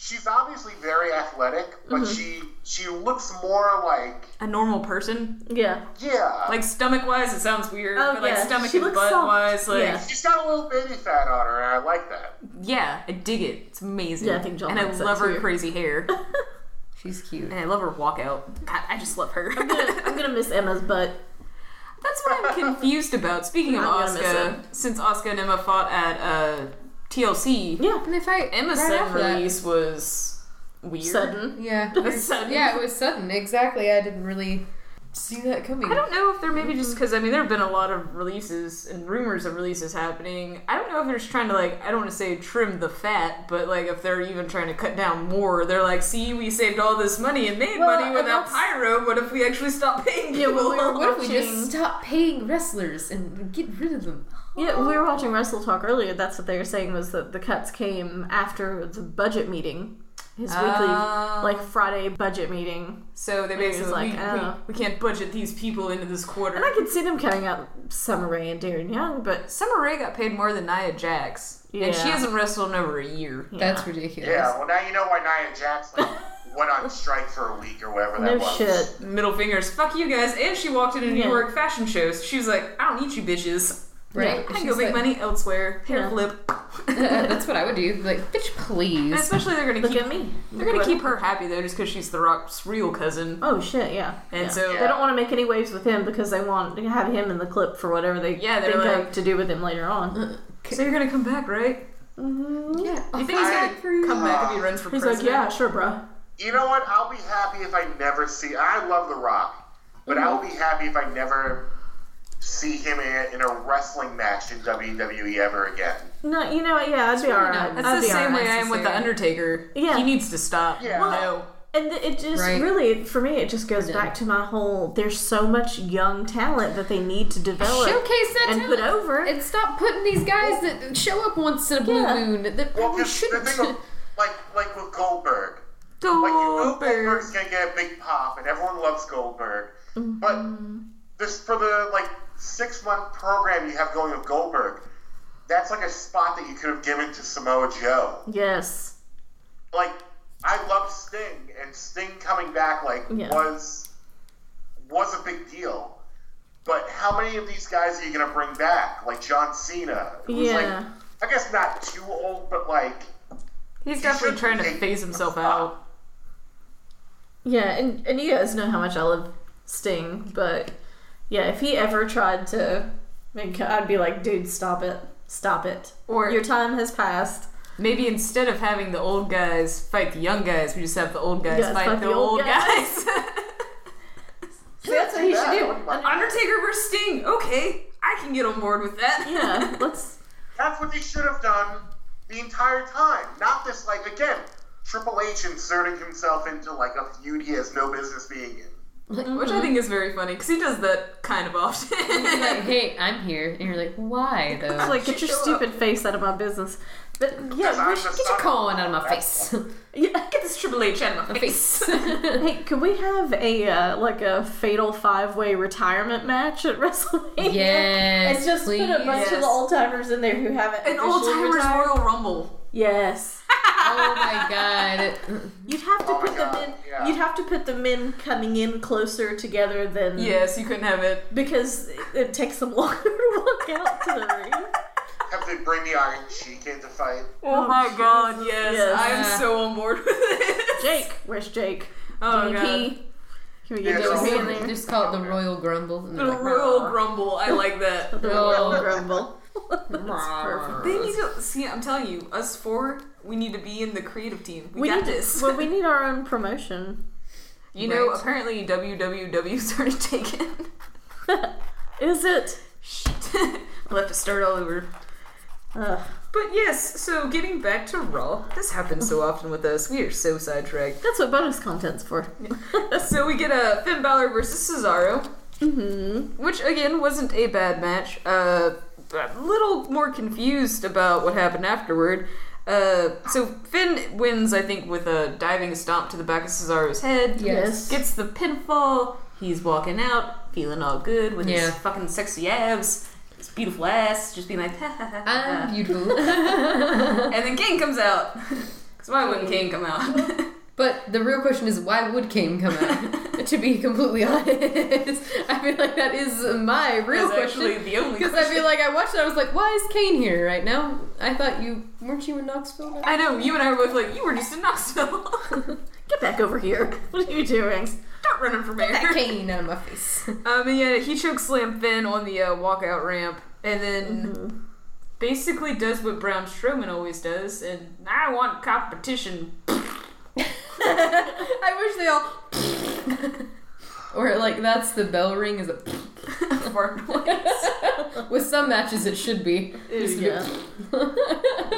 S4: she's obviously very athletic, but
S3: Mm-hmm.
S4: she she looks more like
S1: a normal person.
S2: yeah.
S4: yeah,
S1: Like stomach wise, it sounds weird,
S2: Oh,
S1: but like
S2: yeah.
S1: stomach
S2: She
S1: and
S2: looks
S1: butt
S2: soft.
S1: wise, like
S2: Yeah.
S4: she's got a little baby fat on her, and I like that.
S1: Yeah, I dig it. It's amazing.
S2: Yeah, I think John
S1: and I
S2: likes that
S1: love her
S2: too.
S1: crazy hair,
S3: She's cute.
S1: and I love her walkout. God, I just love her.
S2: I'm gonna miss Emma's butt.
S1: That's what I'm confused about. Speaking of
S2: I'm gonna miss
S1: Oscar, since Oscar and Emma fought at uh, TLC,
S2: Yeah.
S3: And they fight
S1: Emma's
S3: right
S1: sudden
S3: after that.
S1: release was weird.
S2: Sudden.
S3: Yeah.
S1: sudden.
S3: Yeah, it was sudden. Exactly. I didn't really see that coming.
S1: I don't know if they're maybe just because I mean there have been a lot of releases and rumors of releases happening. I don't know if they're just trying to like I don't want to say trim the fat, but like if they're even trying to cut down more, they're like, see, we saved all this money and made
S2: Well,
S1: money
S2: and
S1: without
S2: that's-
S1: pyro. What if we actually stop paying people?
S2: Yeah, well, we were
S3: What if we
S2: Watching-
S3: just stop paying wrestlers and get rid of them?
S2: Yeah, we were watching Wrestle Talk earlier. That's what they were saying was that the cuts came after the budget meeting, his
S1: Oh.
S2: weekly like Friday budget meeting.
S1: So they
S2: It's
S1: basically
S2: like,
S1: we,
S2: oh.
S1: we, we can't budget these people into this quarter.
S2: And I could see them cutting out Summer Rae and Darren Young, but
S1: Summer Rae got paid more than Nia Jax, and she
S2: Yeah.
S1: hasn't wrestled in over a year.
S3: That's ridiculous.
S4: Yeah, well now you know why Nia Jax like, went on strike for a week or whatever
S2: no
S4: that was.
S2: shit.
S1: Middle fingers, fuck you guys. And she walked into New
S2: Yeah.
S1: York fashion shows. She was like, I don't need you bitches.
S3: Right?
S1: I can
S3: She's
S1: go make
S3: like-
S1: money elsewhere. Hair
S2: Yeah.
S1: flip.
S3: That's what I would do. Like, bitch,
S1: And
S3: please.
S1: especially they're gonna
S2: Look
S1: keep
S2: at me.
S1: they're gonna
S2: Look
S1: keep
S2: what-
S1: her happy though, just because she's The Rock's real cousin.
S2: Oh shit, yeah.
S1: And
S2: Yeah.
S1: so
S2: they don't want to make any waves with him because they want to have him in the clip for whatever they
S1: Yeah, they're
S2: think
S1: like- "Uh,
S2: of to do with him later on.
S1: so you're gonna come back, right?
S3: Yeah.
S1: You think he's
S4: I-
S1: gonna come back if he runs for
S2: He's like,
S1: president?
S2: yeah, sure, bro.
S4: You know what? I'll be happy if I never see. I love The Rock, but I'll be happy if I never see him in, in a wrestling match in WWE ever again.
S2: No, you know, what, yeah, I'd be alright.
S3: not-
S2: I'd
S1: That's the
S2: be
S1: same
S2: alright.
S1: way I am with The
S3: necessary.
S1: Undertaker.
S2: Yeah.
S1: He needs to stop.
S4: Yeah.
S1: No.
S2: And th- it just
S3: Right.
S2: really, for me, it just goes
S3: Yeah.
S2: back to my whole. There's so much young talent that they need to develop
S3: Showcase that
S2: and
S3: talent.
S2: put over.
S3: And stop putting these guys that show up once in a blue
S2: Yeah.
S3: moon that
S4: Well,
S3: probably
S4: 'cause the
S3: shouldn't.
S4: thing, of, like like with Goldberg, like
S1: Oh,
S4: you know
S1: Goldberg.
S4: Goldberg's gonna get a big pop, and everyone loves Goldberg. But this for the like six month program you have going with Goldberg, that's like a spot that you could have given to Samoa Joe.
S2: yes,
S4: like I love Sting and Sting coming back like
S2: Yeah.
S4: was was a big deal. But how many of these guys are you going to bring back? Like John Cena, who's
S2: Yeah.
S4: like, I guess not too old, but like,
S1: He's definitely trying to phase himself out.
S2: Yeah, and, and you guys know how much I love Sting, but yeah, if he ever tried to make, I'd be like, dude, stop it. Stop it.
S1: Or-
S2: your time has passed.
S1: Maybe instead of having the old guys fight the young guys, we just have the old guys
S2: Yes,
S1: fight, the, old guys.
S2: See, that's what he
S4: Yeah,
S2: should
S4: I wouldn't
S2: do.
S4: mind.
S1: Undertaker versus Sting. Okay, I can get on board with that.
S2: Yeah, let's.
S4: That's what they should have done the entire time. Not this, like, again, Triple H inserting himself into, like, a feud he has no business being in.
S1: Which I think is very funny because he does that kind of often.
S3: He's like, hey, I'm here. And you're like, why though?
S2: Like, get your stupid face out of my business. But
S4: Because
S2: yeah,
S4: I'm
S2: we
S4: the
S2: should,
S3: Get
S4: son
S3: your
S4: of-
S3: colon out of my face.
S2: yeah.
S1: get this Triple H out of my face.
S2: Hey, could we have a uh, like a fatal five way retirement match at WrestleMania?
S3: yes.
S2: It's just
S3: please.
S2: put a bunch of
S1: Yes.
S2: the old timers in there who haven't.
S1: An
S2: officially
S1: old timers
S2: retired.
S1: Royal Rumble.
S2: Yes.
S3: Oh my god.
S2: You'd have to
S4: Oh my
S2: put the
S4: God,
S2: men.
S4: yeah.
S2: You'd have to put the men coming in closer together than
S1: Yes, you couldn't have it.
S2: because it, it takes them longer to walk out to the ring.
S4: Have to bring the Iron Sheik in to fight.
S1: Oh, my
S2: Jesus.
S1: god, yes.
S2: Yes.
S1: I am so on board with this.
S2: Jake, where's Jake?
S1: Oh,
S2: DDP? Can we get
S4: Yeah,
S2: JP
S4: so-
S2: in there?
S3: Just call it the Royal Grumble. And
S1: The
S3: they're like, uh,
S1: Royal Grumble. I like that.
S2: The
S3: Oh.
S2: Royal Grumble. That's perfect.
S1: They need to see. I'm telling you, us four, we need to be in the creative team. We,
S2: We
S1: got
S2: need
S1: this.
S2: Well, we need our own promotion.
S1: you know,
S3: Right.
S1: apparently WWW's already taken.
S2: Is it?
S1: Shit, we'll have to start all over.
S2: Ugh.
S1: But yes, so getting back to Raw, this happens so often with us. We are so sidetracked.
S2: That's what bonus content's for.
S1: so we get a Finn Balor versus Cesaro,
S3: Mm-hmm.
S1: which again wasn't a bad match. Uh, a little more confused about what happened afterward. Uh, so Finn wins, I think, with a diving stomp to the back of Cesaro's head.
S3: Yes.
S1: Gets the pinfall. He's walking out, feeling all good with
S3: Yeah.
S1: his fucking sexy abs, his beautiful ass, just being like, ha ha ha. ha, ha.
S3: I'm beautiful.
S1: And then Kane comes out. Because why wouldn't Kane come out?
S3: but the real question is, why would Kane come out? to be completely honest, I feel like that is my real
S1: That's actually
S3: question.
S1: the only
S3: Because
S1: question.
S3: I feel like I watched it, I was like, why is Kane here right now? I thought you weren't you in Knoxville. now?
S1: I know, you and I were both like, you were just in Knoxville.
S2: Get back over here. What are you doing?
S1: Stop running for mayor.
S3: That Kane out of my face.
S1: Um, and yeah, he chokes Slam Finn on the uh, walkout ramp and then
S3: Mm-hmm.
S1: basically does what Braun Strowman always does. And I want competition.
S3: I wish they all. or like that's the bell ring is a.
S1: Fart noise.
S3: With some matches, it should be. Just a bit-
S2: Yeah.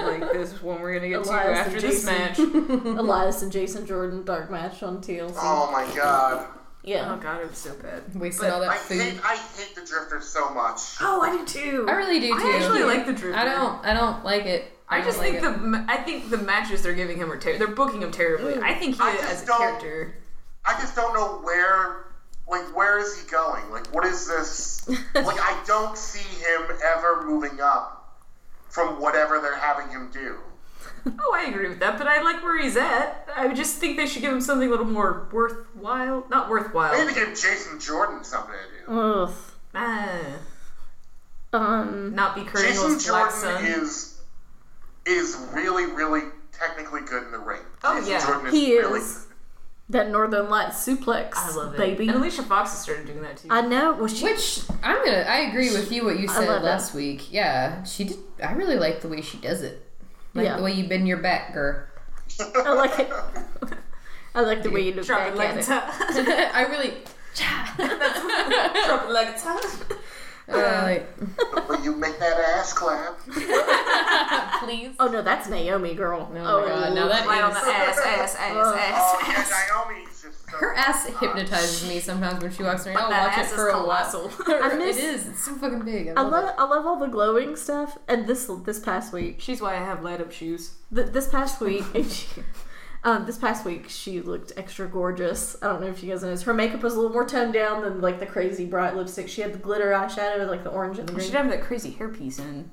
S1: like, this is one we're going to get
S2: Elias
S1: to after
S2: and
S1: this
S2: Jason.
S1: match.
S2: Elias and Jason Jordan dark match on TLC.
S4: Oh my god.
S1: Oh,
S2: Yeah.
S1: God, it was so bad.
S3: Wasting
S1: But
S3: all
S4: I
S3: that
S4: hate,
S3: food.
S4: I hate the Drifters so much.
S1: Oh, I do too.
S3: I really do too.
S1: I actually like the Drifter.
S3: I don't. I don't like it.
S1: I,
S3: don't
S1: just
S3: like
S1: think
S3: it.
S1: the ma- I think the matches they're giving him are ter- they're booking him terribly. I think he
S4: I just
S1: as a
S4: don't-
S1: character.
S4: I just don't know where, like, where is he going? Like, what is this? like, I don't see him ever moving up from whatever they're having him do.
S1: Oh, I agree with that, but I like where he's at. I just think they should give him something a little more worthwhile. Not
S4: They need
S1: worthwhile.
S4: to give Jason Jordan something to do.
S2: Ugh.
S1: Ah,
S2: Um.
S1: not be Kurt
S4: Jason
S1: Angle's black
S4: Jordan
S1: son.
S4: is is really, really technically good in the ring.
S1: Oh,
S4: Jason
S1: yeah.
S4: Jordan
S2: He
S4: really
S2: is. That Northern Light suplex,
S1: I love it.
S2: baby.
S1: And Alicia Fox has started doing that too.
S2: I know. Well, she.
S3: Which I'm gonna. I agree with you. What you said
S2: love it.
S3: last week. Yeah, she did. I really like the way she does it. Like
S2: Yeah.
S3: the way you bend your back, girl.
S2: I like it. I like the way you look
S1: Drop it
S2: back
S1: like
S2: at
S1: it's
S2: it.
S1: hot.
S3: I really.
S1: Drop it like it's hot.
S3: Uh, like,
S4: But you make that ass clap.
S3: please.
S2: Oh no, that's Naomi, girl. Oh,
S3: my God, now that-
S1: Right on the ass, ass, ass,
S4: Oh
S1: ass,
S4: yeah,
S1: ass.
S4: Naomi's just so
S3: Her ass hypnotizes me sometimes when she walks around.
S4: Oh,
S3: I'll
S1: That
S3: watch it
S1: ass is
S3: for a while.
S1: colossal.
S2: I miss-
S3: it is. It's so fucking big. I
S2: I
S3: love,
S2: love I love all the glowing stuff. And this this past week,
S1: She's why I have light up shoes.
S2: th- this past week, um, this past week she looked extra gorgeous. I don't know if you guys noticed. Her makeup was a little more toned down than like the crazy bright lipstick. She had the glitter eyeshadow, like the orange and the
S1: She
S2: green.
S1: did have that crazy hairpiece in.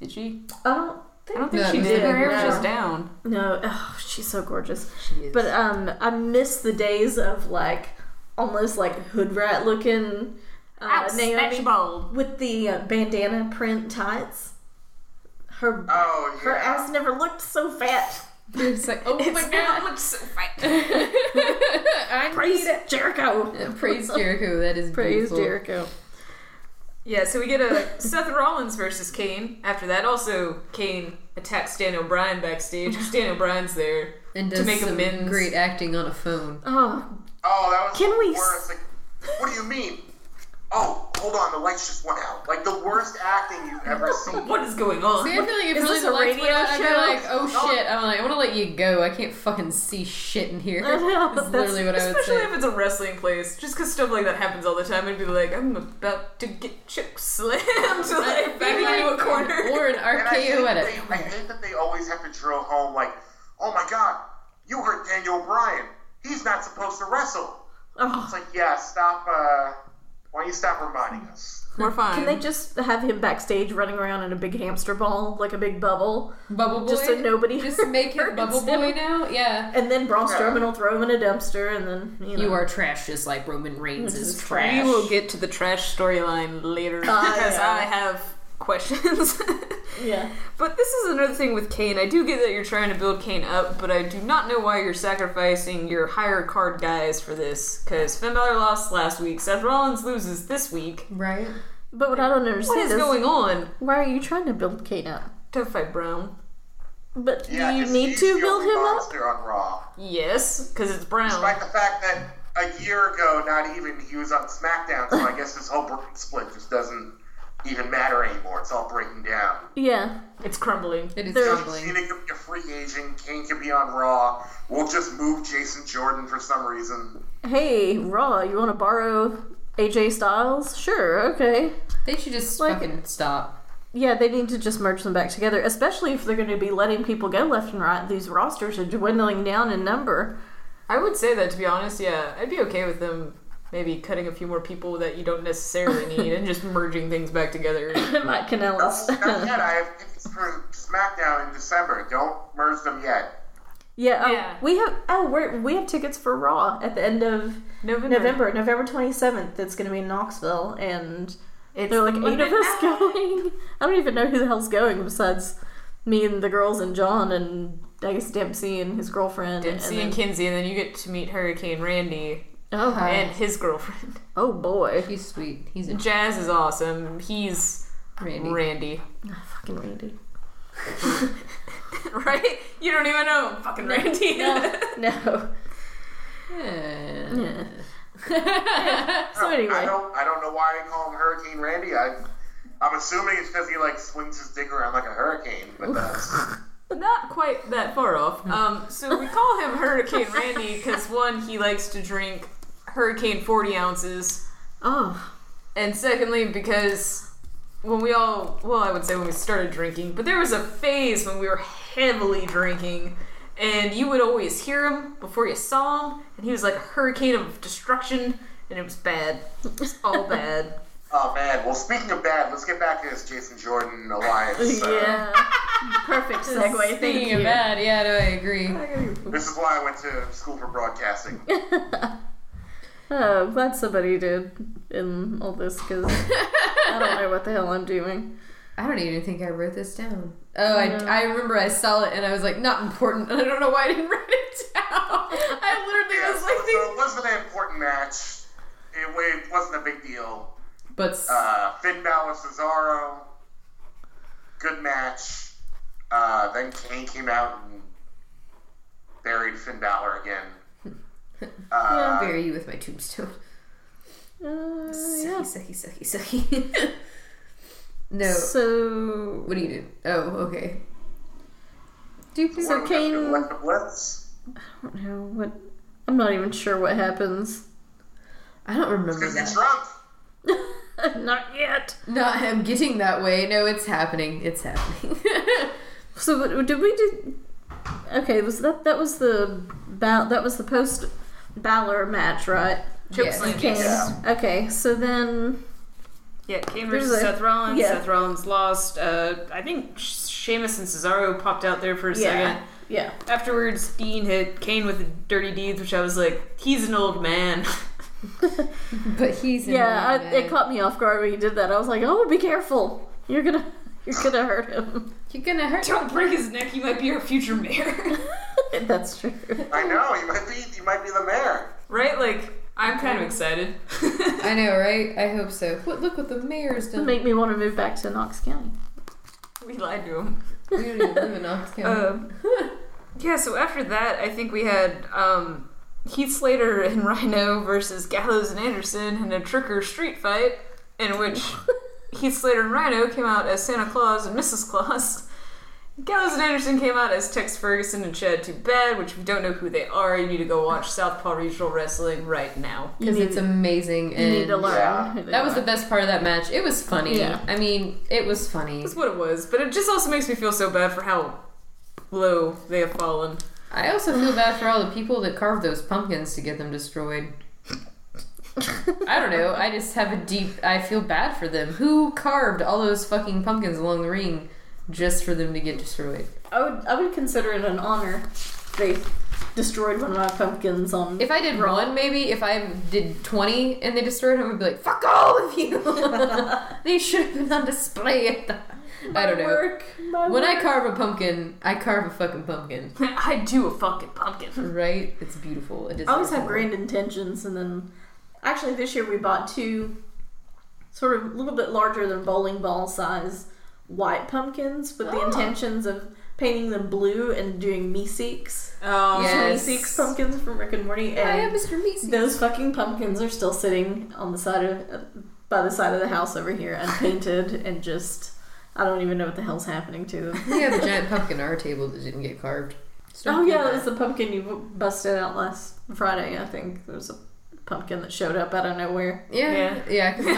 S1: Did she?
S2: I don't
S1: I
S2: think
S1: don't think
S3: No,
S1: she
S3: it was
S1: did.
S3: big,
S1: Her hair was
S2: no.
S1: just down.
S2: no. Oh, she's so gorgeous.
S3: it. She is.
S2: But um, I miss the days of like almost like hood rat looking uh, Naomi
S1: bald.
S2: with the uh, bandana print tights. Her
S4: Oh yeah.
S2: her ass never looked so fat.
S3: It's like, oh my
S1: It
S3: god.
S1: looks so fat.
S3: I
S2: Praise Jericho.
S3: need- Praise Jericho. That is
S2: Praise
S3: beautiful.
S2: Jericho.
S1: Yeah, so we get a Seth Rollins versus Kane. After that, also Kane attacks Dan O'Brien backstage because Dan O'Brien's there.
S3: And
S1: To
S3: does
S1: make
S3: some
S1: amends.
S3: great acting on a phone.
S2: Oh,
S4: Oh, that was
S2: Can
S4: the
S2: we s-
S4: worst. Like, what do you mean? Oh, hold on, the lights just went out. Like the worst acting you've ever seen.
S1: What is going on?
S3: See, I feel like if
S2: Is
S3: really
S2: this
S3: the
S2: a
S3: lights went
S2: radio
S3: out, I'd
S2: show?
S3: be like, oh shit. I'm like, I want to let you go. I can't fucking see shit in here.
S2: I know,
S3: That's literally what I would
S1: Especially
S3: say.
S1: if it's a wrestling place, just because stuff like that happens all the time, I'd be like, I'm about to get choke slammed, like back into a corner.
S3: Or an
S4: And I hate,
S3: RKO
S4: that
S3: edit.
S4: they, I hate that they always have to drill home. Like, oh my god, you hurt Daniel Bryan. He's not supposed to wrestle. It's
S2: oh.
S4: like, yeah, stop. Uh, why don't you stop reminding us?
S1: We're fine.
S2: Can they just have him backstage running around in a big hamster ball, like a big bubble,
S3: Bubble boy.
S2: just so nobody
S3: Just make him
S2: hurts
S3: bubble
S2: him?
S3: boy now. Yeah.
S2: And then Braun Strowman will throw him in a dumpster, and then you, know.
S3: You are trash, just like Roman Reigns is trash.
S1: we will get to the trash storyline later because
S2: Ah, yeah.
S1: I have questions.
S2: yeah.
S1: But this is another thing with Kane. I do get that you're trying to build Kane up, but I do not know why you're sacrificing your higher card guys for this. Because Finn Balor lost last week, Seth Rollins loses this week.
S3: right?
S2: But what I don't understand
S1: What is
S2: is
S1: going on?
S2: why are you trying to build Kane up?
S1: To fight Brown.
S2: But
S4: Yeah,
S2: do you
S4: 'cause
S2: need
S4: he's
S2: to
S4: the
S2: build
S4: only
S2: him up?
S4: monster on Raw.
S1: Yes, because it's Brown.
S4: Despite the fact that a year ago, not even he was on SmackDown, so I guess this whole breaking split just doesn't even matter anymore. It's all breaking down.
S2: Yeah.
S1: It's crumbling.
S3: It is
S2: They're-
S3: troubling.
S4: Cena could be a free agent. Kane could be on Raw. We'll just move Jason Jordan for some reason.
S2: Hey, Raw, you want to borrow AJ Styles? Sure. Okay.
S3: They should just
S2: Like-
S3: fucking stop.
S2: Yeah, they need to just merge them back together, especially if they're going to be letting people go left and right. These rosters are dwindling down in number.
S1: I would say that, to be honest, yeah. I'd be okay with them maybe cutting a few more people that you don't necessarily need and just merging things back together.
S2: Mike Kanellis.
S4: Not yet. I have tickets for SmackDown in December. Don't merge them yet.
S2: yeah, oh,
S1: Yeah.
S2: we have oh we're, we have tickets for Raw at the end of
S1: November.
S2: November, November twenty seventh. It's going to be in Knoxville, and
S1: It's
S2: They're like
S1: the
S2: eight
S1: Monday
S2: of us
S1: night.
S2: going. I don't even know who the hell's going besides me and the girls and John and I guess Dempsey and his girlfriend.
S1: Dempsey and
S2: and
S1: Kinsey, and then you get to meet Hurricane Randy
S2: then, oh,
S3: Hi.
S1: and his girlfriend.
S2: oh boy,
S3: He's sweet. He's a
S1: Jazz is awesome. He's
S3: Randy.
S1: Randy.
S2: Ah, fucking Randy.
S1: right? You don't even know him, fucking Randy.
S2: No.
S3: Yeah.
S2: So
S4: Oh, I
S2: Oh, anyway,
S4: don't. I don't know why I call him Hurricane Randy. I, I'm assuming it's because he like swings his dick around like a hurricane. But that's,
S1: Not quite that far off. Um, so we call him Hurricane Randy because one, he likes to drink Hurricane 40 ounces,
S2: oh,
S1: and secondly, because when we all, well, I would say when we started drinking, but there was a phase when we were heavily drinking. And you would always hear him before you saw him, and he was like a hurricane of destruction, and it was bad. It was all bad.
S4: oh man. Well, speaking of bad, let's get back to this Jason Jordan alliance. uh,
S2: yeah. Perfect segue. Thank
S3: Speaking of
S2: you.
S3: that, yeah, no, I agree.
S4: Uh, This is why I went to school for broadcasting.
S2: Oh, glad somebody did in all this because I don't know what the hell I'm doing.
S3: I don't even think I wrote this down. Oh, I, I remember I saw it and I was like, not important. And I don't know why I didn't write it down. I literally
S4: Yeah,
S3: was
S4: so,
S3: like,
S4: so
S3: thinking-
S4: it wasn't an important match. It, wa- it wasn't a big deal.
S3: but s-
S4: Uh, Finn Balor, Cesaro, good match. Uh, then Kane came out and buried Finn Balor again.
S3: I'll
S4: Uh,
S3: bury you with my tombstone.
S2: Uh,
S3: Sucky,
S2: yeah.
S3: sucky, sucky, sucky. no.
S2: So
S3: What do you do? Oh, okay. Do you
S4: what
S2: So
S4: was it,
S2: Kane-
S4: Alexa Bliss?
S2: I don't know what. I'm not even sure what happens.
S3: I don't remember
S4: Because he's
S3: that.
S4: drunk.
S2: not yet.
S3: No, I'm getting that way. No, it's happening. It's happening.
S2: So what- did we do? Okay, was that that was the Bal- that was the post Balor match, right?
S1: Choke
S3: Yes.
S1: slam.
S2: Kane.
S4: Yeah.
S2: Okay, so then
S1: Yeah, Kane
S2: There's
S1: versus
S2: a-
S1: Seth Rollins.
S2: yeah.
S1: Seth Rollins lost. Uh, I think she- Sheamus and Cesaro popped out there for a
S2: yeah,
S1: second.
S2: yeah.
S1: Afterwards, Dean hit Kane with the dirty deeds, which I was like, he's an old man.
S3: But he's in
S2: yeah, I,
S3: love,
S2: it
S3: eh?
S2: caught me off guard when you did that. I was like, "Oh, be careful! You're gonna, you're gonna hurt him."
S3: You're gonna hurt.
S1: Don't break his neck. You might be our future mayor.
S2: That's true.
S4: I know you might be you might be the mayor.
S1: right? Like, I'm kind of excited.
S3: I know, right? I hope so. What? Look what the mayor's done.
S2: Make me want to move back to Knox County.
S1: we lied to him.
S3: we don't even live in Knox
S2: Oh,
S3: County.
S1: Um, yeah, so after that, I think we had um, Heath Slater and Rhino versus Gallows and Anderson in a trick or street fight, in which Heath Slater and Rhino came out as Santa Claus and Mrs. Claus. Gallows and Anderson came out as Tex Ferguson and Chad Too Bad, which if you don't know who they are, you need to go watch Southpaw Regional Wrestling right now.
S3: because
S2: You
S3: it's amazing
S2: You
S3: and
S2: need to learn.
S4: Yeah.
S2: who they
S3: that was
S2: are.
S3: the best part of that match it was funny
S2: Yeah.
S3: i mean it was funny
S1: That's what it was, but it just also makes me feel so bad for how low they have fallen.
S3: i also feel bad for all the people that carved those pumpkins to get them destroyed i don't know i just have a deep i feel bad for them who carved all those fucking pumpkins along the ring just for them to get destroyed
S2: I would, I would consider it an honor. They destroyed one of my pumpkins on.
S3: if i did one maybe if i did 20 and they destroyed them i'd be like fuck all of you they should have been on display at the i don't know
S2: Work, my
S3: When I
S2: work.
S3: carve a pumpkin, I carve a fucking pumpkin,
S1: I do a fucking pumpkin.
S3: right? It's beautiful. It is.
S2: I always have
S3: beautiful.
S2: grand intentions, and then actually this year we bought two, sort of a little bit larger than bowling ball size white pumpkins with
S3: Oh.
S2: the intentions of painting them blue and doing meeseeks,
S1: Um,
S3: Yeah. Yes.
S2: meeseeks pumpkins from Rick and Morty,
S3: I am
S2: and
S3: Mr. Meese.
S2: those fucking pumpkins are still sitting on the side of uh, by the side of the house over here, unpainted and just. I don't even know what the hell's happening to them.
S3: we have a giant pumpkin on our table that didn't get carved. Start
S2: Oh
S3: doing
S2: yeah, that
S3: that.
S2: was the pumpkin you busted out last Friday. I think there was a pumpkin that showed up out of nowhere.
S3: yeah, yeah. Because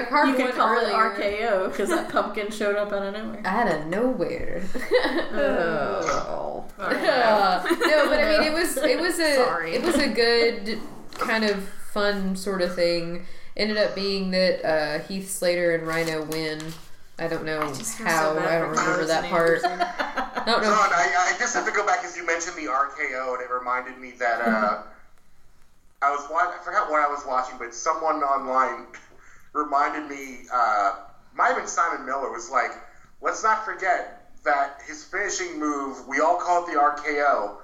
S3: I carved
S2: You could
S3: one
S2: call
S3: earlier.
S2: it RKO because that pumpkin showed up out of nowhere.
S3: Out of nowhere.
S2: Oh.
S3: Uh, no, but I mean, it was it was a
S2: Sorry.
S3: it was a good kind of fun sort of thing. Ended up being that uh, Heath Slater and Rhino win. I don't know
S1: just feel so
S3: how.
S1: bad
S3: I don't
S1: for
S3: remember
S1: Carlos
S3: that
S1: and
S3: part.
S2: Uh,
S3: I
S4: John,
S3: don't know.
S4: I, I just have to go back as you mentioned the RKO, and it reminded me that uh, I was wa- I forgot what I was watching, but someone online reminded me. Uh, might have been Simon Miller was like, "Let's not forget that his finishing move. We all call it the RKO,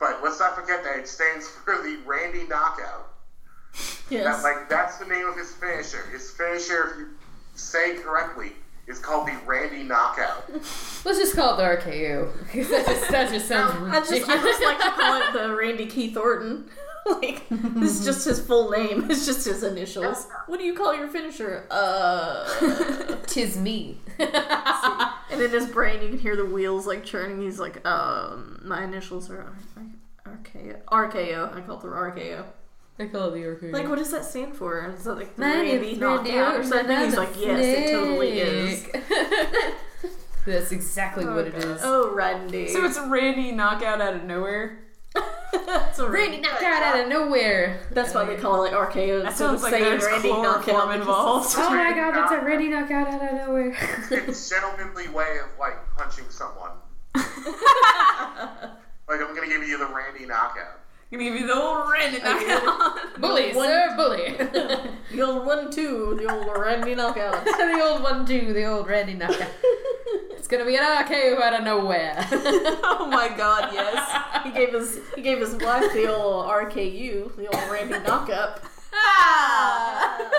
S4: but let's not forget that it stands for the Randy Knockout." That,
S2: Yes.
S4: like that's the name of his finisher. His finisher, if you say correctly, is called the Randy Knockout.
S3: Let's just call it the RKO. 'Cause that just, that just sounds
S2: I just I
S3: ridiculous.
S2: just like to call it the Randy Keith Orton. like this is just his full name. It's just his initials. What do you call your finisher? Uh.
S3: Tis me.
S2: and in his brain, you can hear the wheels like churning. He's like, um, my initials are R- R- RKO. RKO. I call it the RKO.
S3: I call it the RKO.
S2: Like, what does that stand for? Is that like the
S3: Mine is
S2: Randy knockout or
S3: Randy
S2: something? He's like, yes, it totally is.
S3: Orton. That's exactly what it is.
S2: Oh, Randy.
S1: So it's a Randy knockout out of nowhere.
S2: That's a
S3: Randy knocked out out of nowhere.
S2: That's why they call it like RKO.
S1: That
S2: instead of
S1: sounds like
S2: saying
S1: there's
S2: Randy
S1: chloroform
S2: knockout.
S1: involved.
S3: Oh my god, that's a Randy knockout out of nowhere.
S4: It's a gentlemanly way of like punching someone. like I'm gonna give you the Randy knockout.
S1: gonna give you the old Randy knockout.
S3: bully,
S2: One-
S3: sir, bully. the
S2: The old one, two, the old Randy knockout.
S3: old one too, the old Randy knockout. It's gonna be an RKO out of nowhere.
S1: oh my god, yes.
S2: he gave his he gave his wife the old RKU, the old Randy knockup.
S3: Ah!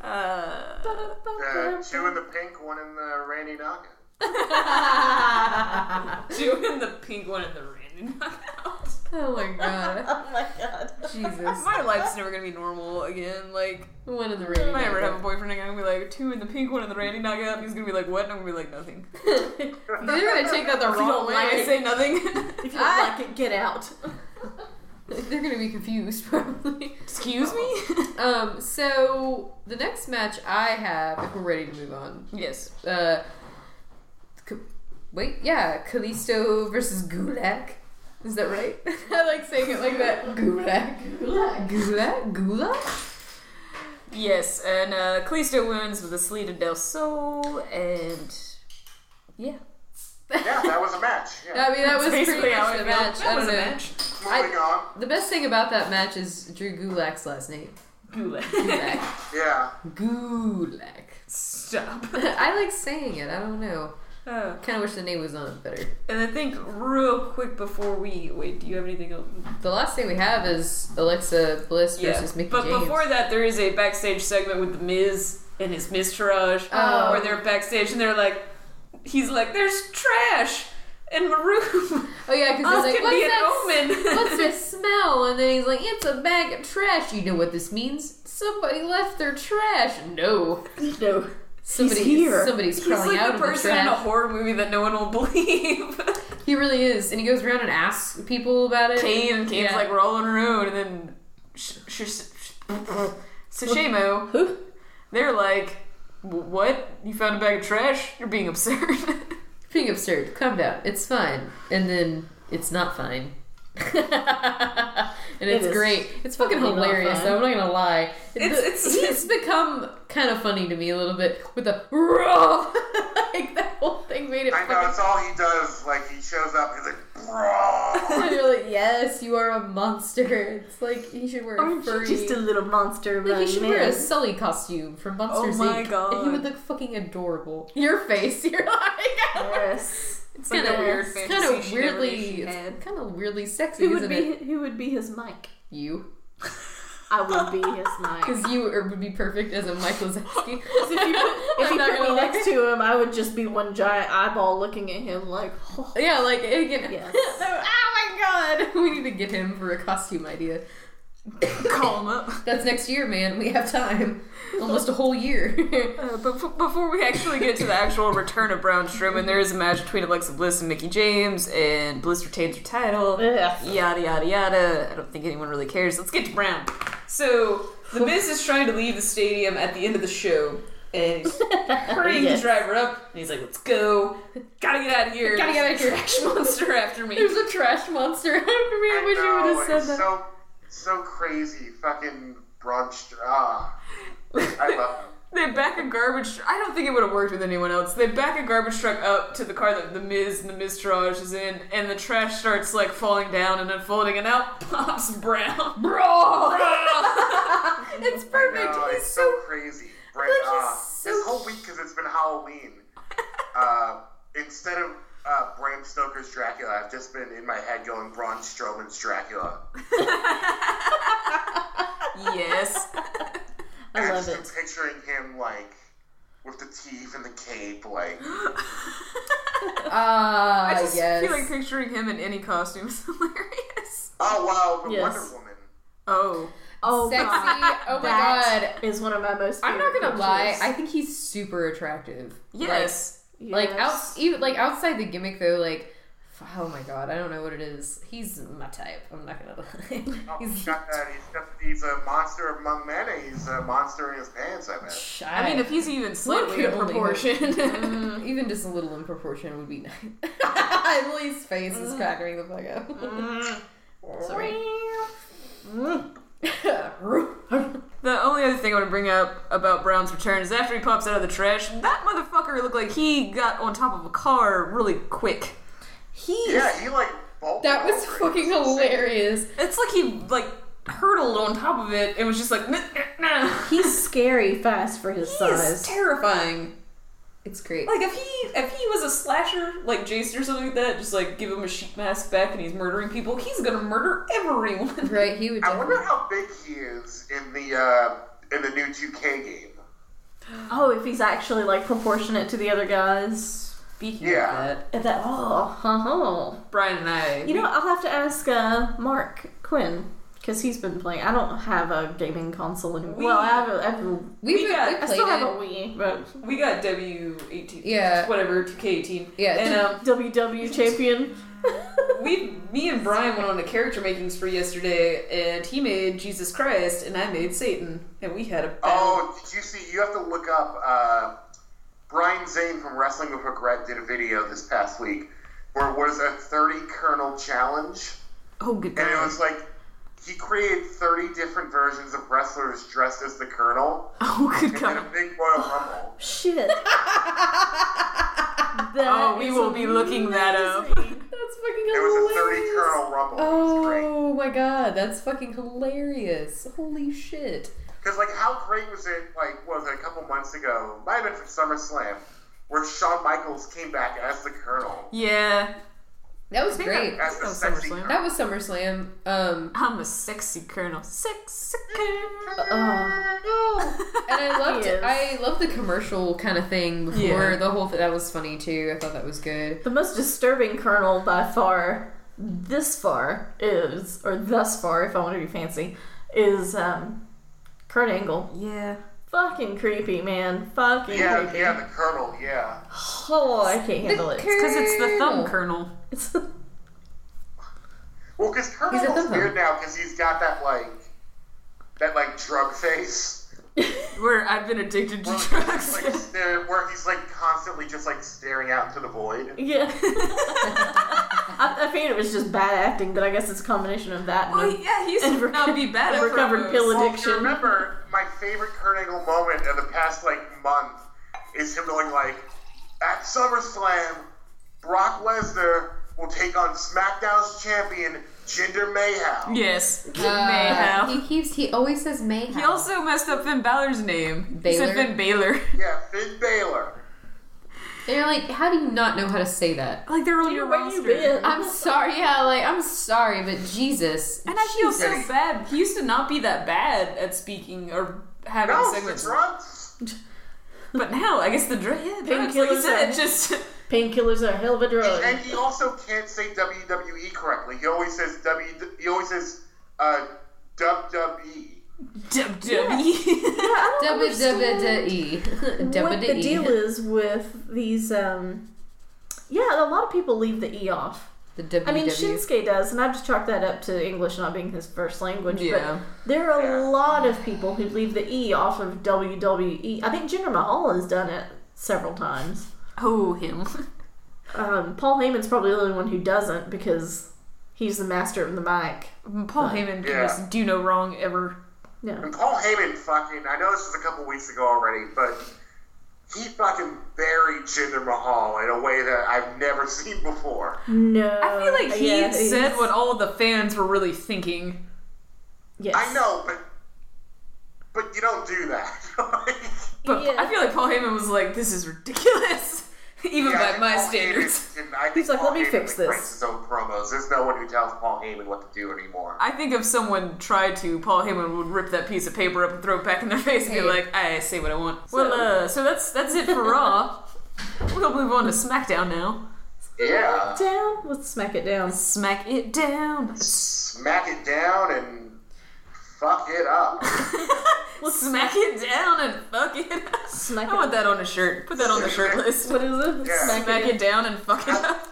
S1: Uh,
S4: Uh, two in the pink, one in the Randy knockout.
S1: doing the pink one and the Randy knockout.
S3: oh my god,
S2: Oh my god.
S3: Jesus.
S1: My life's never gonna be normal again. Like,
S3: One in the Randy
S1: if I ever
S3: knockout.
S1: have a boyfriend again, I'm gonna be like, two in the pink one and the Randy knockout. And he's gonna be like, what? And I'm gonna be like, nothing.
S3: They're gonna take that the wrong
S1: Wrong way I
S3: way.
S1: say nothing.
S2: If you don't like it, get out.
S3: They're gonna be confused probably.
S1: Excuse me?
S3: Um, so the next match I have, if we're ready to move on,
S1: yes.
S3: uh, K- wait, yeah, Callisto versus Gulak. Is that right? I like saying it like that. Gulak, Gulak, Gulak, Gulak.
S1: Yes, and uh, Callisto wins with a Salida del Sol, and yeah.
S4: Yeah, that was a match. Yeah.
S3: I mean, that was
S1: That's
S3: pretty
S1: basically how I
S3: much the
S1: feel.
S3: match.
S1: That
S3: I
S1: was a
S3: don't know.
S1: match.
S4: Moving on.
S3: The best thing about that match is Drew Gulak's last name.
S1: Gulak.
S3: Gulak.
S4: Yeah.
S3: Gulak.
S1: Stop.
S3: I like saying it. I don't know.
S1: Oh.
S3: Kind of wish the name was on it better.
S1: And I think real quick before we wait, do you have anything else?
S3: The last thing we have is Alexa Bliss versus Mickey
S1: but
S3: James.
S1: before that, there is a backstage segment with the Miz and his Mistourage,
S3: Oh.
S1: where they're backstage and they're like, he's like, "There's trash." In my room,
S3: oh yeah,
S1: Us
S3: because he's like,
S1: can
S3: what's
S1: be an
S3: that?
S1: omen."
S3: what's that smell? And then he's like, it's a bag of trash. You know what this means? Somebody left their trash. No,
S2: No.
S3: somebody,
S2: here.
S3: somebody's
S1: he's
S3: crawling
S1: like
S3: out
S1: the
S3: of the
S1: person in a
S3: trash.
S1: horror movie that no one will believe.
S3: He really is, and he goes around and asks people about it.
S1: Kane, Kane's
S3: Yeah.
S1: like rolling around, and then sh- sh- sh- Sashimo,
S2: Who?
S1: they're like, "W- "What? You found a bag of trash? You're being absurd."
S3: being absurd. Calm down. It's fine. And then it's not fine. and it's
S2: is
S3: great. It's fucking
S2: totally not
S3: hilarious.
S2: fine.
S3: Though. I'm not gonna lie.
S1: It's-
S3: The-
S1: it's-
S3: he's become kind of funny to me a little bit with the raw. like that whole thing made it.
S4: I know,
S3: Funny.
S4: it's all he does. Like, he shows up, he's like, bro.
S3: You're like, yes, you are a monster. It's like he should wear a
S2: Aren't you
S3: furry.
S2: just a little monster
S3: like
S2: run Oh
S3: he should wear a Sully costume from Monsters
S1: my
S3: Inc.
S1: God.
S3: And he would look fucking adorable. Your face, you're like.
S2: Yes.
S1: it's
S3: kinda-
S2: it's
S3: It's kind of weirdly,
S1: She had.
S3: kind of weirdly sexy,
S2: Who
S3: isn't
S2: would be
S3: it?
S2: who would be his Mike?
S3: You,
S2: I would be his Mike.
S3: because you are- would be perfect as a Michael Zetsky.
S2: If you put, if
S3: I'm
S2: you
S3: not
S2: put
S3: gonna
S2: me
S3: lie.
S2: next to him, I would just be one giant eyeball looking at him like, oh,
S3: yeah, like again.
S2: Yes.
S3: oh my god, we need to get him for a costume idea.
S1: Call him up.
S3: That's next year, man. We have time, almost a whole year.
S1: Uh, bef- before we actually get to the actual return of Braun Strowman, there is a match between Alexa Bliss and Mickey James, and Bliss retains her title.
S2: Ugh.
S1: Yada yada yada. I don't think anyone really cares. Let's get to Brown. So the Miz is trying to leave the stadium at the end of the show, and he's hurrying
S2: Yes.
S1: the driver up, and he's like, "Let's go! Gotta get out of here!
S3: Gotta get out of here.
S1: Trash monster after me!"
S3: There's a trash monster. I really wish you
S4: I
S3: would
S4: know,
S3: have
S4: it's
S3: said that.
S4: so, so crazy. Fucking brunch. Ah. I love him.
S1: They back a garbage. Tr- I don't think it would have worked with anyone else. They back a garbage truck up to the car that the Miz and the Mistrage is in, and the trash starts like falling down and unfolding, and out pops Brown.
S3: Bro, it's perfect.
S4: No,
S3: He's
S4: it's so
S3: so
S4: crazy. Brett,
S3: like he's
S4: uh,
S3: so-
S4: This whole week, because it's been Halloween, uh, instead of uh, Bram Stoker's Dracula, I've just been in my head going Braun Strowman's Dracula.
S1: yes.
S2: I love
S4: just been
S2: it.
S4: picturing him, like, with the teeth and the cape, like,
S3: Ah,
S1: I just
S3: yes.
S1: feel like picturing him in any costume is hilarious.
S4: oh, wow, the
S2: Yes.
S4: Wonder Woman.
S1: Oh.
S2: Oh,
S3: Sexy.
S2: God.
S3: Oh my
S2: That
S3: God.
S2: is one of my most.
S3: I'm not
S2: favorite
S3: gonna lie.
S2: pictures.
S3: I think he's super attractive.
S1: Yes.
S3: Like, like out,
S2: Yes.
S3: even like outside the gimmick though. Like, f- oh my god, I don't know what it is. He's my type. I'm not gonna lie.
S4: Oh, he's
S3: he's
S4: got that. He's, got, he's a monster among men, and he's a monster in his pants, I bet.
S3: shy.
S1: I mean, if he's even slightly
S3: could
S1: in
S3: only
S1: proportion.
S3: Mm, even just a little in proportion would be nice. Emily's face is cracking the fuck up. Sorry.
S1: the only other thing I want to bring up about Brown's return is after he pops out of the trash, that motherfucker looked like he got on top of a car really quick.
S2: He
S4: Yeah, Oh, he, like, bulked
S3: that was
S4: over it.
S3: fucking
S4: It's insane.
S3: hilarious.
S1: It's like he like hurtled on top of it and was just like, nah, nah, nah."
S2: he's scary fast for his
S1: He is
S2: size.
S1: terrifying.
S3: It's great.
S1: Like if he if he was a slasher like Jason or something like that, just like give him a sheet mask back and he's murdering people, he's gonna murder everyone.
S3: right? He would.
S4: I wonder
S3: definitely-
S4: how big he is in the uh, in the new 2K game.
S2: oh, if he's actually like proportionate to the other guys.
S3: Speaking
S4: Yeah.
S3: of that,
S2: If That oh, huh, huh.
S1: Brian and I
S2: You know, I'll have to ask uh, Mark Quinn because he's been playing. I don't have a gaming console anymore.
S1: We-
S2: well, I have. A, I, have a,
S3: we've
S1: We got- I
S2: I
S3: we played
S2: still have a
S3: it.
S2: Wii, but
S1: we got W eighteen
S3: Yeah.
S1: whatever two K eighteen.
S3: Yeah.
S1: And um
S2: WW champion.
S1: we me and Brian went on a character making spree yesterday and he made Jesus Christ and I made Satan and we had a battle.
S4: Oh, did you see? You have to look up. Uh, Brian Zane from Wrestling with Regret did a video this past week where it was a 30 kernel challenge,
S1: Oh, good
S4: and it
S1: God.
S4: was like he created 30 different versions of wrestlers dressed as the Colonel
S1: Oh good
S4: and a
S1: god.
S4: big Royal Rumble.
S2: Shit. That
S1: Oh, we
S2: is
S1: will be looking that up.
S2: amazing.
S3: That's fucking
S4: It
S3: hilarious. Oh.
S4: was a 30 kernel Rumble. It was great.
S3: my god, that's fucking hilarious. Holy shit.
S4: Because like, how great was it? Like, what was it a couple months ago? Might have been from SummerSlam, where Shawn Michaels came back as the Colonel,
S1: Yeah.
S3: That was
S1: I think
S3: great.
S1: I-
S4: as the
S1: Oh,
S4: sexy
S1: SummerSlam.
S4: Colonel.
S3: That was SummerSlam. Um,
S1: I'm a sexy colonel. Sexy colonel.
S3: uh, and I loved
S2: Yes.
S3: I loved the commercial kind of thing before
S1: Yeah.
S3: the whole thing. That was funny too. I thought that was good.
S2: The most disturbing kernel by far, this far, is, or thus far, if I want to be fancy, is um, Kurt Angle.
S1: Yeah.
S2: Fucking creepy, man. Fucking
S4: yeah,
S2: creepy.
S4: yeah, the Colonel, yeah.
S2: Oh, I can't handle it.
S1: Because it's the thumb colonel.
S2: It's-
S4: Well, because Colonel
S3: He's a
S4: looks
S3: hippo.
S4: weird now because he's got that like, that like drug face.
S1: Where I've been addicted to
S4: Where he's,
S1: drugs.
S4: like, stare- where he's like constantly just like staring out into the void.
S2: yeah. I, I figured it was just bad acting, but I guess it's a combination of that and
S1: well, oh, yeah, he used
S2: And
S1: to
S2: reco-
S1: not be bad at
S2: and recovered
S1: promos.
S2: pill-
S4: Well, if
S2: Addiction.
S4: you remember my favorite Kurt Angle moment of the past like month is him going like, at SummerSlam, Brock Lesnar will take on SmackDown's champion Jinder Mahal.
S1: Yes.
S3: Uh,
S1: Mayhaw.
S3: he keeps. He always says Mayhem.
S1: He also messed up Finn Balor's name. He said
S3: Balor?
S1: Finn Balor.
S4: Yeah, Finn Balor.
S3: They're like, how do you not know how to say that?
S1: Like they're on
S2: Dude,
S1: your
S2: where you
S1: roster.
S2: been?
S3: I'm sorry. Yeah, like I'm sorry, but Jesus.
S1: And I feel
S3: Jesus.
S1: so bad. He used to not be that bad at speaking or having
S4: No, it's
S1: segments.
S4: the drugs.
S1: But now, I guess the drug, yeah, drugs, like you
S2: Painkillers
S1: said,
S2: are-
S1: it just
S2: painkillers are a hell of a drug.
S4: And he also can't say WWE correctly. He always says W. He always says uh, E. WWE.
S1: WWE.
S2: I don't understand
S3: WWE.
S2: What the
S3: WWE.
S2: deal is with these, um, yeah, a lot of people leave the E off.
S3: The WWE.
S2: I mean,
S1: E.
S2: Shinsuke does, and I just chalk that up to English not being his first language.
S1: Yeah.
S2: But there are
S4: Yeah.
S2: a lot of people who leave the E off of WWE. I think Jinder Mahal has done it several times.
S1: Oh, him.
S2: Um, Paul Heyman's probably the only one who doesn't because he's the master of the mic.
S1: Paul Heyman can
S4: Yeah.
S1: just do no wrong ever.
S2: No.
S4: And Paul Heyman fucking, I know this was a couple weeks ago already, but he fucking buried Jinder Mahal in a way that I've never seen before.
S2: No.
S1: I feel like he
S2: Yeah,
S1: said
S2: he's-
S1: what all the fans were really thinking.
S2: Yes.
S4: I know, but but you don't do that. Like,
S1: But
S2: Yeah.
S1: I feel like Paul Heyman was like, this is ridiculous. Even
S4: yeah,
S1: by
S4: I think
S1: my
S4: Paul Heyman
S1: standards.
S4: can- I think
S2: He's like,
S4: Paul
S2: "Let me
S4: Heyman,
S2: fix
S4: like,
S2: this."
S4: writes his own promos. There's no one who tells Paul Heyman what to do anymore.
S1: I think if someone tried to, Paul Heyman would rip that piece of paper up and throw it back in their face and be
S3: Hey.
S1: like, "I say what I want." well, uh, so that's that's it for Raw. We're gonna move on to SmackDown now.
S4: yeah.
S2: Down. Let's smack it down.
S1: Smack it down.
S4: Smack it down and fuck it up.
S1: Smack it down and fuck it. up.
S2: Smack
S1: I
S2: it-
S1: want that on a shirt. Put that on the shirt list.
S2: What is it?
S4: Yeah.
S1: Smack it down and fuck it up.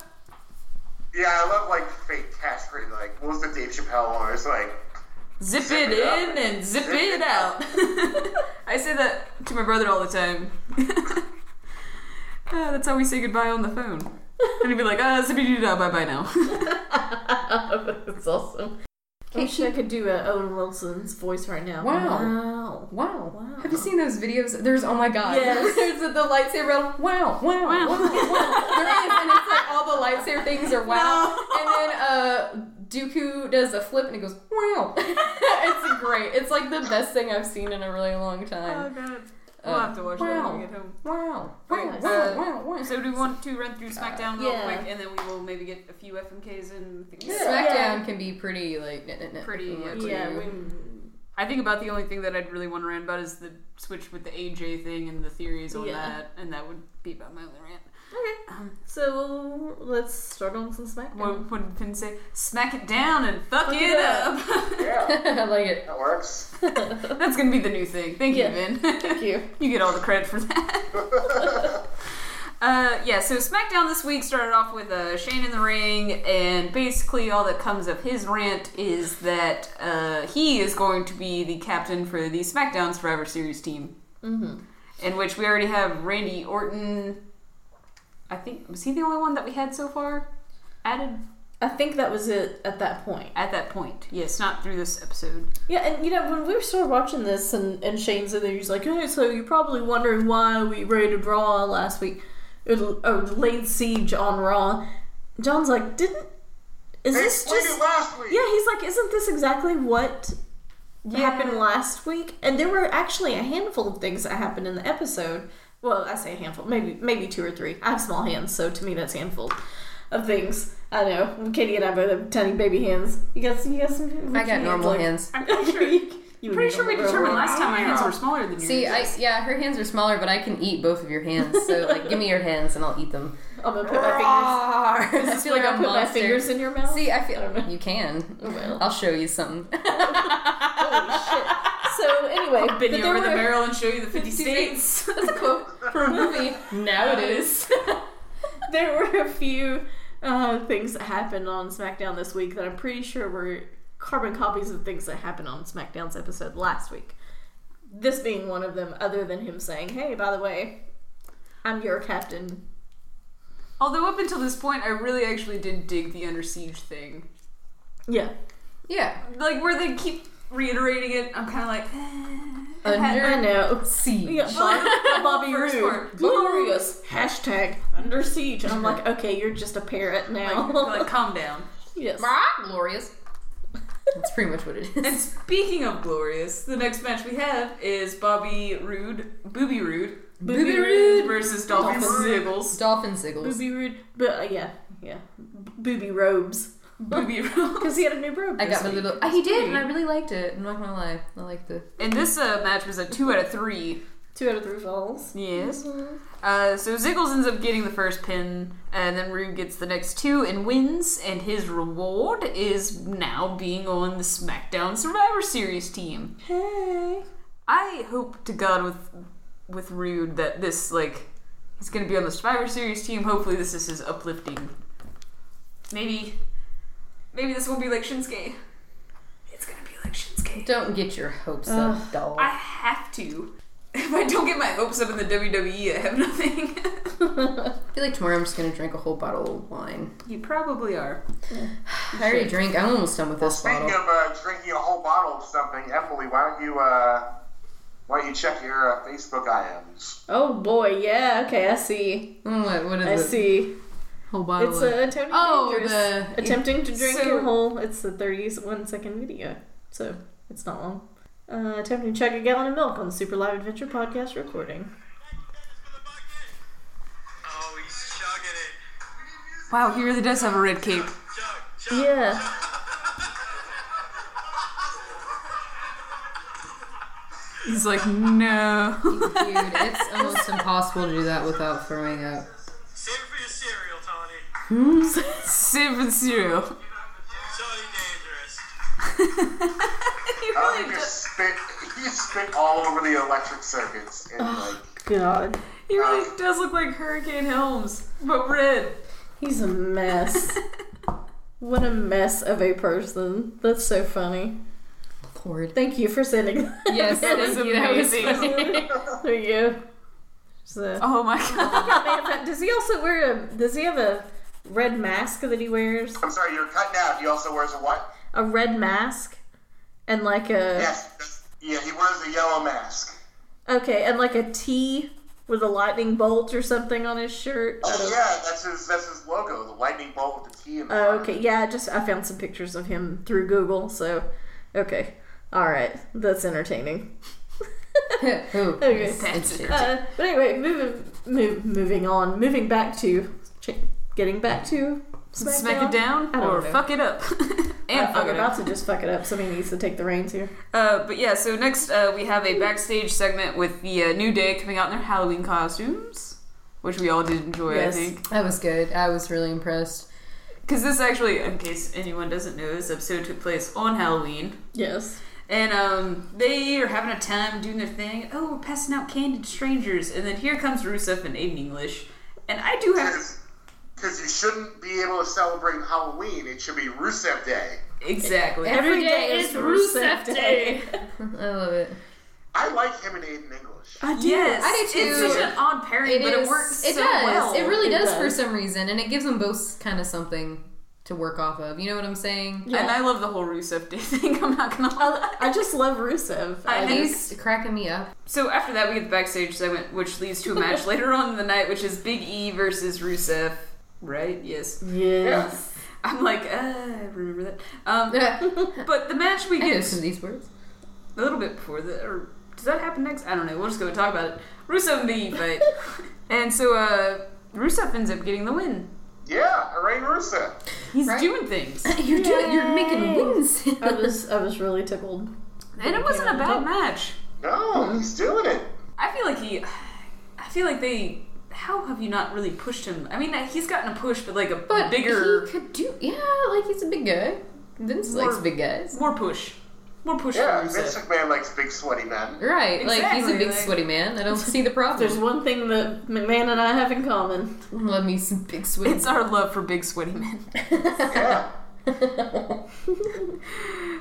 S4: yeah, I love like fake catchphrase. Like, what was the Dave Chappelle one? It's like,
S1: Zip
S4: Zip
S1: it
S4: it up.
S1: in and zip it out. I say that to my brother all the time. Uh, that's how we say goodbye on the phone. And he'd be like, uh, zippy doo dah, bye bye now.
S2: it's awesome. I wish I could do a Owen Wilson's voice right now.
S3: Wow.
S2: Wow.
S3: Wow.
S2: Wow.
S3: Have you seen those videos? There's oh my god.
S2: Yes.
S3: There's the, the lightsaber. Wow, wow, wow, wow. There is, and it's like all the lightsaber things are wow. And then uh, Dooku does a flip and it goes wow. it's great. It's like the best thing I've seen in a really long
S2: Uh,
S3: time.
S1: god. We'll have to watch that when we get home.
S3: Wow, wow,
S2: Yes.
S3: wow, wow, wow.
S1: So do we want to run through SmackDown real
S2: Yeah.
S1: quick and then we will maybe get a few FMKs and things.
S3: SmackDown
S2: Yeah.
S3: can be pretty like nah, nah, nah,
S1: Pretty,
S3: nah,
S1: yeah.
S3: nah,
S2: Yeah.
S3: nah.
S2: We,
S1: I think about the only thing that I'd really want to rant about is the switch with the AJ thing and the theories on
S2: Yeah.
S1: that, and that would be about my only rant.
S2: okay. Um, So let's start on some SmackDown.
S1: What, what did Finn say? Smack it down and fuck,
S2: Mm. Fuck
S1: it,
S2: it
S1: up.
S4: yeah,
S3: I like it.
S4: that works.
S1: That's gonna be the new thing. Thank
S2: Yeah.
S1: you, Vin.
S2: Thank you.
S1: You get all the credit for that. uh, yeah, so SmackDown this week started off with uh, Shane in the ring, and basically all that comes of his rant is that uh, he is going to be the captain for the SmackDown Survivor Series team, mm-hmm. in which we already have Randy Orton. I think was he the only one that we had so far added
S2: I think that was it at that point.
S1: at that point. Yes, not through this episode.
S2: Yeah, and you know, when we were sort of watching this and, and Shane's in there, he's like, oh, so you're probably wondering why we raided Raw last week, or, or laid siege on Raw. John's like, didn't is
S4: They
S2: this
S4: explained
S2: just
S4: it last week.
S2: yeah he's like isn't this exactly what
S1: Yeah.
S2: happened last week and there were actually a handful of things that happened in the episode well i say a handful maybe maybe two or three i have small hands so to me that's a handful of things i know katie and i both have tiny baby hands you got some you got some
S3: I got normal
S2: like-
S3: hands.
S5: I'm pretty sure,
S2: You
S5: pretty sure we
S2: normal-
S5: determined last time my hands were smaller than yours.
S3: See, I yeah, her hands are smaller, but I can eat both of your hands. So like, give me your hands and I'll eat them.
S2: i'm gonna put my
S3: I
S2: fingers, Where I put my fingers in your mouth
S3: See, I feel
S2: I don't know.
S3: you can.
S2: well.
S3: I'll show you something.
S2: Holy shit. So anyway,
S1: Bend
S2: but
S1: you
S2: there
S1: over the
S2: were-
S1: barrel and show you the 50 states.
S3: That's a quote from a movie. Now it is.
S2: there were a few uh, things that happened on SmackDown this week that I'm pretty sure were carbon copies of things that happened on SmackDown's episode last week. This being one of them, other than him saying, "Hey, by the way, I'm your captain."
S1: Although up until this point, I really actually did dig the under siege thing.
S2: Yeah,
S3: Yeah.
S1: Like where they keep reiterating it, I'm kind of like, eh. It had-
S2: I
S3: Under
S2: know.
S3: siege.
S2: Yeah, Bob- Bobby
S1: First
S2: Roode,
S1: word.
S2: glorious hashtag under siege. I'm like, okay, you're just a parrot now.
S1: like, like, calm down.
S2: yes.
S3: Brah, glorious. That's pretty much what it is.
S1: And speaking of glorious, the next match we have is Bobby Roode, Booby Roode,
S2: Booby
S1: Roode
S2: Roode.
S1: versus Dolphin
S2: Dolphin.
S1: Ziggles,
S3: Dolphin Ziggles.
S2: Booby Roode, but uh, yeah, yeah, B- booby robes
S1: Booby Roode.
S2: because he had a new robe.
S3: I
S2: this
S3: got my
S2: week.
S3: little. Oh, he did, and I really liked it. I'm not gonna lie. I liked the.
S1: And this uh, match was a two out of three.
S2: two out of three falls.
S1: Yes. Uh, so Ziggles ends up getting the first pin, and then Rude gets the next two and wins. And his reward is now being on the SmackDown Survivor Series team.
S2: Hey.
S1: I hope to God with with Rude that this like he's gonna be on the Survivor Series team. Hopefully, this is his uplifting. Maybe, maybe this won't be like Shinsuke. It's gonna be like Shinsuke.
S3: Don't get your hopes up, doll.
S1: I have to. If I don't get my hopes up in the WWE, I have nothing.
S3: I feel like tomorrow I'm just gonna drink a whole bottle of wine.
S1: you probably are.
S3: I already drank. I'm almost done with this
S4: Speaking
S3: bottle.
S4: of uh, drinking a whole bottle of something, Emily, why don't you uh, why don't you check your uh, Facebook IMs?
S2: Oh boy, yeah. Okay, I see.
S3: Mm, What, what is
S2: I
S3: it?
S2: see.
S3: Whole bottle.
S2: It's uh,
S3: of-
S2: a Tony
S3: Oh,
S2: Dangerous
S3: the-
S2: attempting to drink
S1: so-
S2: a whole. It's the 31 second video, so it's not long. Uh, attempting to chug a gallon of milk on the Super Live Adventure podcast recording.
S6: Oh, he's chugging it.
S1: Wow, he really does have a red cape.
S6: Chug, chug.
S2: Yeah.
S1: He's like, no.
S3: Dude, it's almost impossible to do that without throwing up.
S6: Save it for your cereal, Tony.
S1: Seven zero.
S6: Tony Dangerous.
S1: He
S4: I don't
S1: really
S4: think you
S1: does.
S4: spit you spit all over the electric circuits and like
S2: God,
S1: He really does look like Hurricane Helms, but red.
S2: he's a mess. what a mess of a person. That's so funny.
S3: Cord.
S2: Thank you for sending. that.
S3: Yes,
S1: That is
S3: thank you. That was
S1: amazing.
S3: funny.
S2: there you go. So-
S1: Oh my god.
S2: Man, but does he also wear a? Does he have a red mask that he wears?
S4: I'm sorry, you're cutting out. He also wears a what?
S2: A red mask, and like a
S4: Yes. that's- Yeah, he wears a yellow mask.
S2: okay, and like a T with a lightning bolt or something on his shirt. I
S1: Oh,
S2: don't-
S4: Yeah, that's his that's his logo, the lightning bolt with the T in the
S2: Oh,
S4: front.
S2: okay, yeah. I Just I found some pictures of him through Google. So, okay, all right, that's entertaining.
S3: Ooh,
S2: Okay.
S3: it's- it's-
S2: Uh, but anyway, moving move, moving on, moving back to ch- getting back to SmackDown.
S1: Smack it down
S2: I don't
S1: or
S2: know.
S1: fuck it up. and
S2: I'm
S1: fuck it
S2: about
S1: up.
S2: to just fuck it up. Somebody needs to take the reins here.
S1: Uh, but yeah, so next uh, we have a backstage segment with the uh, New Day coming out in their Halloween costumes, which we all did enjoy,
S2: Yes.
S1: I think.
S3: That was good. I was really impressed.
S1: Because this actually, in case anyone doesn't know, this episode took place on Halloween.
S2: Yes.
S1: And um, they are having a time doing their thing. Oh, we're passing out candy to strangers. And then here comes Rusev and Aiden English. And I do have.
S4: Because you shouldn't be able to celebrate Halloween. It should be Rusev Day.
S1: Exactly.
S3: Every day is
S2: Rusev Day.
S3: I love it.
S4: I like him and Aiden English.
S2: I do.
S1: Yes,
S3: I do too.
S1: It's such an odd pairing,
S3: It
S1: but
S3: is-
S1: it works.
S3: It
S1: so
S3: does.
S1: Well.
S3: It really
S2: It
S3: does, for
S2: does.
S3: some reason, and it gives them both kind of something to work off of. You know what I'm saying?
S2: Yeah.
S1: And I love the whole Rusev Day thing. I'm not gonna
S2: I,
S1: lie.
S2: I just love Rusev.
S1: I
S2: I,
S1: know.
S3: He's cracking me up.
S1: So after that, we get the backstage segment, which leads to a match later on in the night, which is Big E versus Rusev. Right? Yes.
S2: yes.
S1: I'm like, uh, I remember that. Um,
S3: I
S1: but the match we
S3: know
S1: get
S3: some of these words.
S1: a little bit before that, or does that happen next? I don't know. We'll just go and talk about it. Rusev and the fight, and so uh, Rusev ends up getting the win.
S4: Yeah, hooray, Rusev.
S1: He's
S3: Right.
S1: doing things,
S3: You're doing. You're making
S2: Yay.
S3: wins.
S2: I was I was really tickled.
S1: and it wasn't a bad match.
S4: No, he's doing it.
S1: I feel like he, I feel like they. How have you not really pushed him? I mean, he's gotten a push, but like a
S3: but
S1: bigger,
S3: he could do. Yeah, like he's a big guy. Vince
S1: More-
S3: likes big guys.
S1: more push, more push.
S4: Yeah,
S1: from Rusev.
S4: Vince McMahon likes big, sweaty men.
S3: Right, like he's a
S1: Exactly,
S3: big
S1: like-
S3: sweaty man. I don't see the
S2: There's
S3: problem.
S2: one thing that McMahon and I have in common.
S3: Love me some big sweaty.
S1: It's our love for big sweaty men.
S4: Yeah.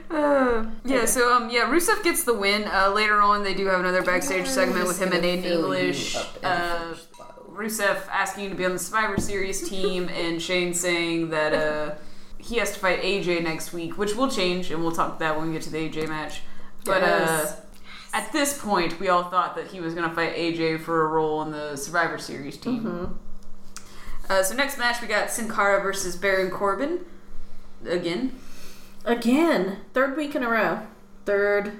S1: Uh, yeah, so um, yeah, Rusev gets the win. Uh, later on, they do have another backstage segment with him and Aiden English. Uh, Rusev asking you to be on the Survivor Series team, and Shane saying that uh, he has to fight AJ next week, which will change, and we'll talk about that when we get to the AJ match. But uh,
S3: Yes.
S1: at this point, we all thought that he was going to fight AJ for a role in the Survivor Series team. Uh, so next match, we got Sin Cara versus Baron Corbin again.
S2: Again, third week in a row. Third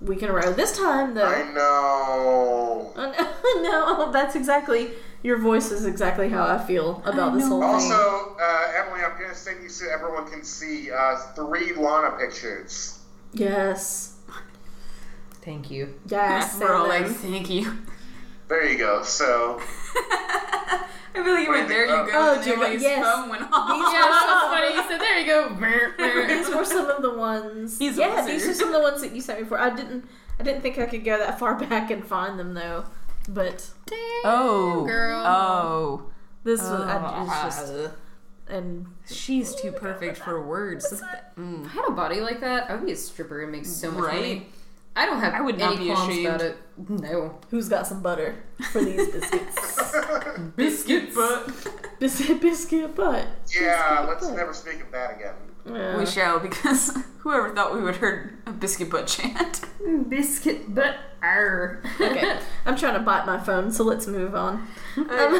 S2: week in a row. This time though.
S4: I know.
S2: Oh, no, no, that's exactly your voice is exactly how I feel about this whole thing.
S4: Also, uh, Emily, I'm going to send you so everyone can see uh, three Lana pictures.
S2: Yes.
S3: Thank you.
S2: Yes.
S1: We're all like,
S2: and then-
S1: thank you.
S4: There you go. So,
S1: I feel like you went there. You go.
S2: Oh,
S1: and
S2: dear God,
S1: Emily's
S2: yes.
S1: phone went off.
S2: These-
S3: Yeah, that's funny. So there you go.
S2: These were some of the ones.
S1: He's a
S2: yeah,
S1: wizard.
S2: these are some of the ones that you sent me for. I didn't. I didn't think I could go that far back and find them though. But
S1: Oh,
S3: girl.
S1: Oh,
S2: this was, I, it's just and
S1: she's too perfect for words.
S3: If I had a body like that, I would be a stripper and make so much
S1: Right?
S3: money. I don't have
S1: I would not
S3: any
S1: be
S3: qualms
S1: ashamed.
S3: about it. No.
S2: who's got some butter for these biscuits?
S1: Biscuit butt.
S2: Biscuit, biscuit, butt.
S4: yeah, let's never speak of that again.
S2: Yeah.
S1: We shall, because whoever thought we would heard a biscuit butt chant.
S3: Biscuit butt.
S1: er.
S3: Arr.
S2: okay, I'm trying to bite my phone, so let's move on.
S1: Uh,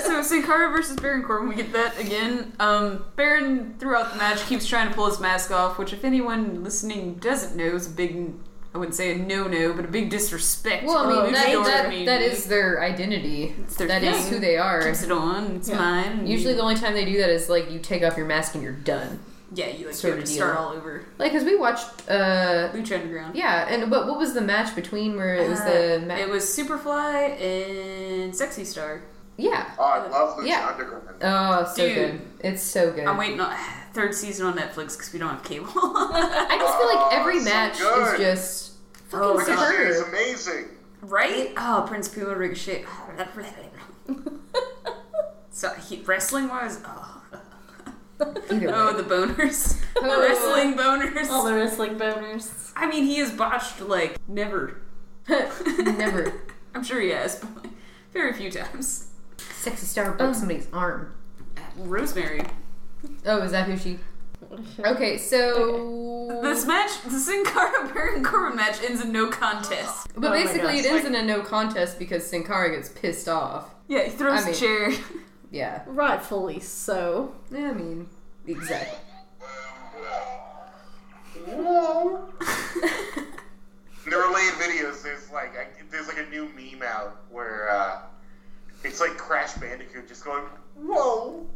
S1: so Sin Cara versus Baron Corbin, we get that again. Um, Baron throughout the match keeps trying to pull his mask off, which if anyone listening doesn't know, is a big. I wouldn't say a no-no, but a big disrespect.
S3: Well,
S1: to
S3: I
S1: the
S3: mean, that,
S1: Luchador
S3: that, that
S1: community.
S3: is their identity. That is
S1: their thing.
S3: who they are.
S1: keeps it on. It's
S2: Yeah.
S1: mine.
S3: Usually, the only time they do that is like you take off your mask and you're done.
S1: yeah, you like
S3: sort
S1: sort of
S3: of
S1: start
S3: deal.
S1: all over.
S3: Like, cause we watched, uh,
S1: Lucha Underground.
S3: yeah, and but what was the match between where it was
S1: Uh,
S3: the ma-
S1: it was Superfly and Sexy Star.
S3: yeah.
S4: Oh, I love Lucha
S3: Yeah.
S4: Underground.
S3: Oh, so
S1: Dude.
S3: good. It's so good.
S1: I'm waiting on third season on Netflix because we don't have cable.
S3: I just feel like every
S4: Oh, so
S3: match
S4: good.
S3: is just fucking
S1: Oh my
S4: This shit is
S3: superb.
S4: amazing.
S1: right? Oh, Prince Puma Oh, Ricochet. so he, wrestling wise, oh,
S3: Either way.
S1: oh the boners, the
S3: Oh.
S1: wrestling boners.
S2: All the wrestling boners.
S1: I mean, he has botched like never.
S3: Never.
S1: I'm sure he has, but very few times.
S3: Sexy star broke somebody's arm.
S1: Rosemary.
S3: Oh, is that who she? Okay, so.
S1: This match, the Sin Cara Baron Corbin match, ends in no contest.
S3: But
S2: Oh my
S3: basically,
S2: gosh,
S3: it ends in a no contest because Sin Cara gets pissed off.
S1: Yeah, he throws
S3: I mean-
S1: a chair.
S3: Yeah.
S2: Rightfully so.
S3: Yeah, I mean, exactly.
S4: In the related videos, there's like I, there's like a new meme out where uh, it's like Crash Bandicoot just going, whoa.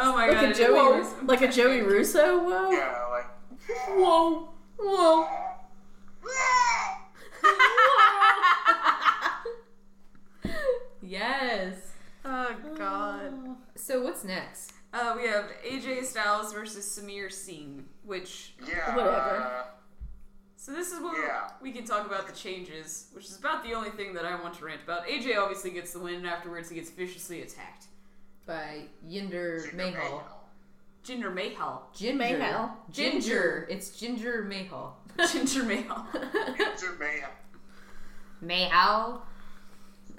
S1: Oh my
S2: Like
S1: god.
S2: a Joey, Rus- like a Joey Russo. Whoa.
S4: Yeah, like,
S2: Whoa. Whoa.
S3: Yes.
S1: Oh god.
S3: So what's next?
S1: Uh, we have AJ Styles versus Samir Singh, which
S4: yeah. uh,
S2: Whatever.
S1: so this is where
S4: Yeah.
S1: we can talk about the changes, which is about the only thing that I want to rant about. AJ obviously gets the win, and afterwards he gets viciously attacked.
S3: By Yinder Mahal.
S1: Ginger Mayhall.
S3: Ginger.
S2: Mayhal.
S3: Ginger. It's Ginger Mahal.
S1: Ginger Mayhall.
S4: Mr. Mayhem.
S3: Mayhal.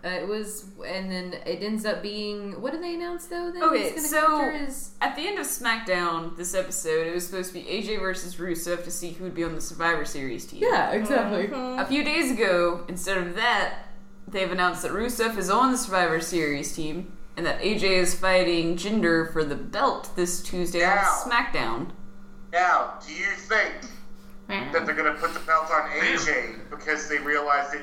S3: Uh, it was, and then it ends up being. What did they announce though? That
S1: Okay,
S3: it's
S1: so-
S3: gonna feature is
S1: At the end of SmackDown this episode, it was supposed to be AJ versus Rusev to see who would be on the Survivor Series team.
S3: yeah, exactly.
S1: A few days ago, instead of that, they've announced that Rusev is on the Survivor Series team, and that AJ is fighting Jinder for the belt this Tuesday on
S4: Ow.
S1: SmackDown.
S4: Now, do you think that they're going to put the belt on AJ because they realize that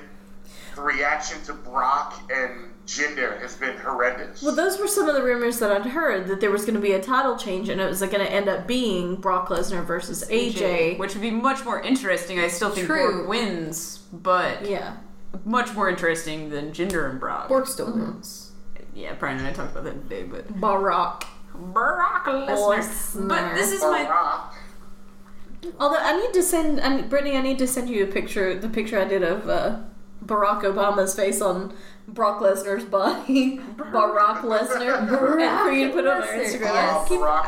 S4: the reaction to Brock and Jinder has been horrendous?
S2: Well, those were some of the rumors that I'd heard that there was going to be a title change, and it was going to end up being Brock Lesnar versus AJ.
S1: which would be much more interesting. I still think
S3: True.
S1: Borg wins, but
S2: yeah,
S1: much more interesting than Jinder and Brock.
S3: Bork still wins.
S1: Yeah, Brian and I talked about that today, but
S2: Barack.
S1: Brock Lesnar.
S2: Lesnar.
S1: But this is
S4: Or
S1: my
S4: Brock.
S2: Although I need to send I, Brittany, I need to send you a picture. The picture I did of uh, Barack Obama's face on Brock Lesnar's body. Barack Lesnar. and for you to put on our
S3: Lesnar.
S2: Instagram.
S3: Yes.
S4: Oh, Brock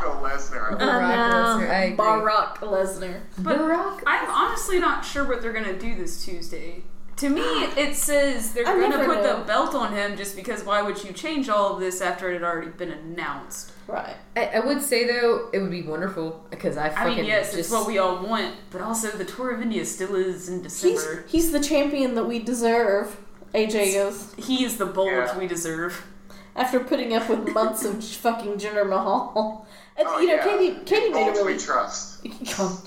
S2: I
S4: Lesnar.
S3: Barack
S2: Uh, know.
S3: Lesnar, I agree.
S2: Barack Lesnar.
S3: Barack.
S1: I'm honestly not sure what they're gonna do this Tuesday. To me, it says they're
S2: I
S1: gonna
S2: never
S1: put
S2: know.
S1: the belt on him just because why would you change all of this after it had already been announced?
S2: Right.
S3: I, I would say though it would be wonderful because I
S1: I
S3: fucking
S1: mean, yes,
S3: just
S1: it's what we all want, but also the tour of India still is in
S2: He's
S1: December.
S2: he's the champion that we deserve. AJ goes
S1: he is the bulge
S4: Yeah.
S1: we deserve.
S2: after putting up with months of fucking Jinder Mahal. And,
S4: Oh,
S2: you know,
S4: yeah.
S2: Katie Katie made a
S4: Both we
S2: really
S4: trust.
S2: oh,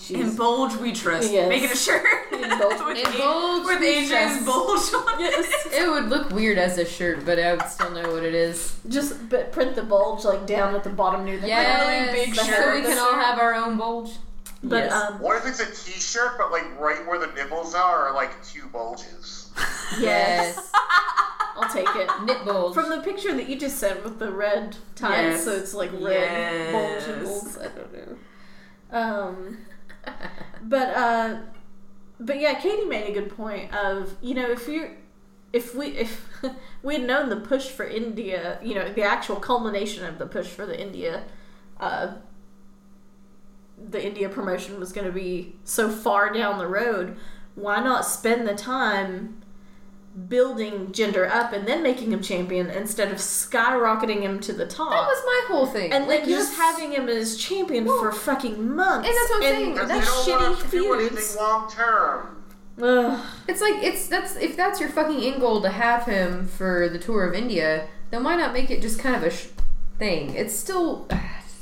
S1: In
S2: jeez.
S1: bulge we trust.
S2: Yes.
S1: Making a shirt
S2: In bulge-
S1: with,
S3: In
S1: A-
S3: bulge
S1: with
S3: we
S1: AJ's
S3: trust.
S1: bulge on
S2: Yes.
S1: it.
S3: It would look weird as a shirt, but I would still know what it is.
S2: Just but print the bulge like down at the bottom near the
S3: Yes,
S1: big
S3: so
S1: shirt.
S3: we can all have our own bulge.
S2: But
S1: Yes.
S2: um,
S4: What if it's a t-shirt, but like right where the nipples are, are like two bulges?
S2: yes, I'll take it.
S3: knit bulge.
S2: From the picture that you just sent with the red ties,
S1: Yes.
S2: so it's like red
S1: Yes.
S2: bulge and bulge. I don't know. Um, but uh, but yeah, Katie made a good point of you know if you if we if we had known the push for India, you know the actual culmination of the push for the India. Uh, the India promotion was going to be so far down the road, why not spend the time building Gender up and then making him champion instead of skyrocketing him to the top?
S3: that was my whole thing.
S2: and
S3: like
S2: like just having him as champion for fucking months.
S3: And that's what I'm saying.
S4: Because
S2: That
S4: they don't
S2: shitty
S4: want to do
S2: feuds.
S4: anything long term.
S2: Ugh.
S3: It's like it's that's if that's your fucking end goal to have him for the tour of India, then why not make it just kind of a sh- thing? It's still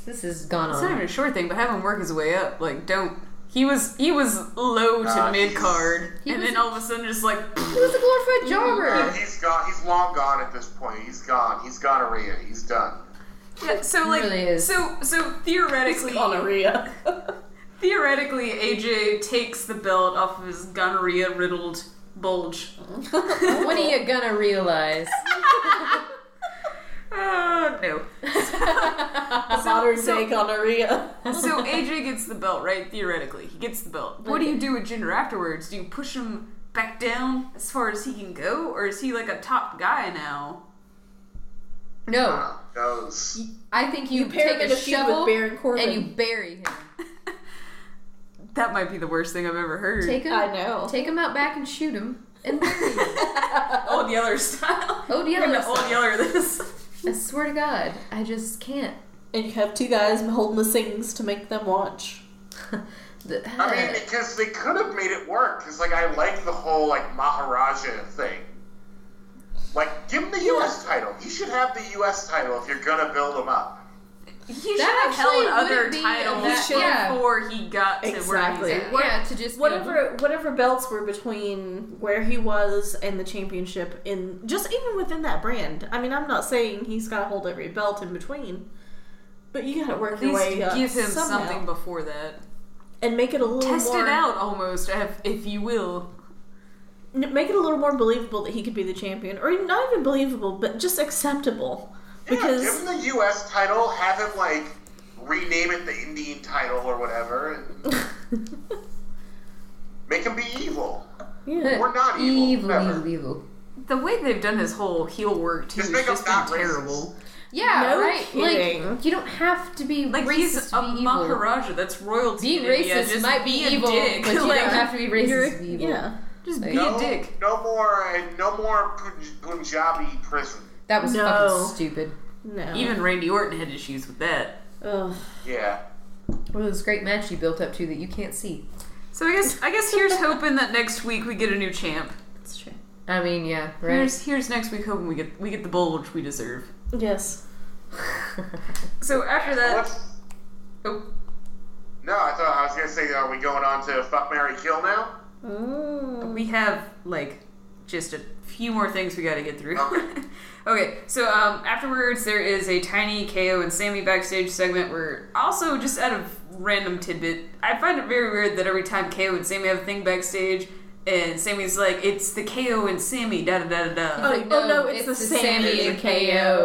S3: this has gone
S1: It's not even
S3: on.
S1: a short thing, but have him work his way up. Like, don't. He was he was low to
S4: Uh,
S1: mid card,
S3: he
S1: and
S3: was-
S1: then all of a sudden just like
S3: He was a glorified
S4: Uh,
S3: jobber.
S4: he's gone. He's long gone at this point. He's gone. He's gonorrhea. He's done.
S1: yeah, so like
S3: really is.
S1: so so theoretically
S2: Gonorrhea.
S1: theoretically AJ takes the belt off of his gonorrhea riddled bulge.
S2: Mm-hmm.
S3: When are you gonna realize?
S1: Oh no.
S2: Modern
S1: so-
S2: day gonorrhea.
S1: So AJ gets the belt, right? Theoretically, he gets the belt. What do you do with Jinder afterwards? Do you push him back down as far as he can go, or is he like a top guy now?
S3: No,
S4: Uh, knows.
S3: I think you,
S2: pair him
S3: take
S2: in a
S3: a
S2: feud
S3: shovel
S2: with Baron Corbin.
S3: and you bury him.
S1: That might be the worst thing I've ever heard.
S3: Take him.
S2: I know.
S3: Take him out back and shoot him and bury him.
S1: old Yeller style.
S3: Old
S1: We're
S3: Yeller
S1: gonna
S3: style.
S1: Old Yeller this.
S3: I swear to God, I just can't.
S2: And you have two guys holding the things to make them watch.
S3: The- uh,
S4: I mean, because they could have made it work. Because like I like the whole like Maharaja thing. Like, give him the U.S. title. He should have the U.S. title if you're gonna build him up.
S1: He should
S3: That
S1: have held
S3: actually
S1: other
S3: wouldn't be
S1: titles
S3: that- yeah.
S1: before he got to
S2: Exactly.
S1: where he's
S3: yeah,
S1: at.
S3: yeah, to just
S2: whatever whatever belts were between where he was and the championship in just even within that brand. I mean, I'm not saying he's got to hold every belt in between, but you got to work
S1: At
S2: your way
S1: least
S2: up
S1: give him
S2: somehow
S1: something before that.
S2: and make it a little
S1: Test
S2: more
S1: it out almost, if, if you will.
S2: n- make it a little more believable that he could be the champion, or not even believable, but just acceptable.
S4: Yeah,
S2: Because
S4: give him the U.S. title. Have him like rename it the Indian title or whatever. And make him be evil.
S2: yeah,
S4: We're not evil.
S3: evil,
S4: Never.
S3: evil, evil.
S1: The way they've done his whole heel work too
S4: Just
S1: has
S4: make him
S1: just been
S4: not racist.
S1: terrible.
S3: Yeah,
S2: No
S3: right.
S2: kidding.
S3: Like you don't have to be
S1: Like
S3: racist
S1: he's a
S3: to be evil.
S1: Maharaja. That's royalty.
S3: Being
S1: in India.
S3: racist
S1: Just
S3: might be,
S1: a
S3: evil,
S1: dick.
S3: but you
S1: Like,
S3: don't have to be racist to be evil.
S2: yeah.
S1: just be
S4: No,
S1: a dick.
S4: no more. and No more Punj- Punjabi prison.
S3: That was
S2: No.
S3: fucking stupid.
S2: no,
S1: Even Randy Orton had issues with that.
S2: Ugh.
S4: Yeah.
S3: Well, this great match you built up to that you can't see.
S1: So I guess I guess here's hoping that next week we get a new champ.
S2: that's true.
S3: I mean, yeah, right.
S1: Here's here's next week hoping we get we get the bulge we deserve.
S2: Yes,
S1: So after that,
S4: What's-
S1: oh,
S4: No, I thought I was gonna say, are we going on to fuck Mary Kill now?
S2: Ooh.
S1: we have like just a few more things we got to get through.
S4: Okay.
S1: okay, so um, afterwards there is a tiny KO and Sammy backstage segment where also just out of random tidbit, I find it very weird that every time KO and Sammy have a thing backstage, and Sammy's like, "It's the KO and Sammy," da da da da da.
S2: Oh,
S3: Like,
S2: oh, no, it's the Sammy
S3: Sammy
S2: and
S3: and KO.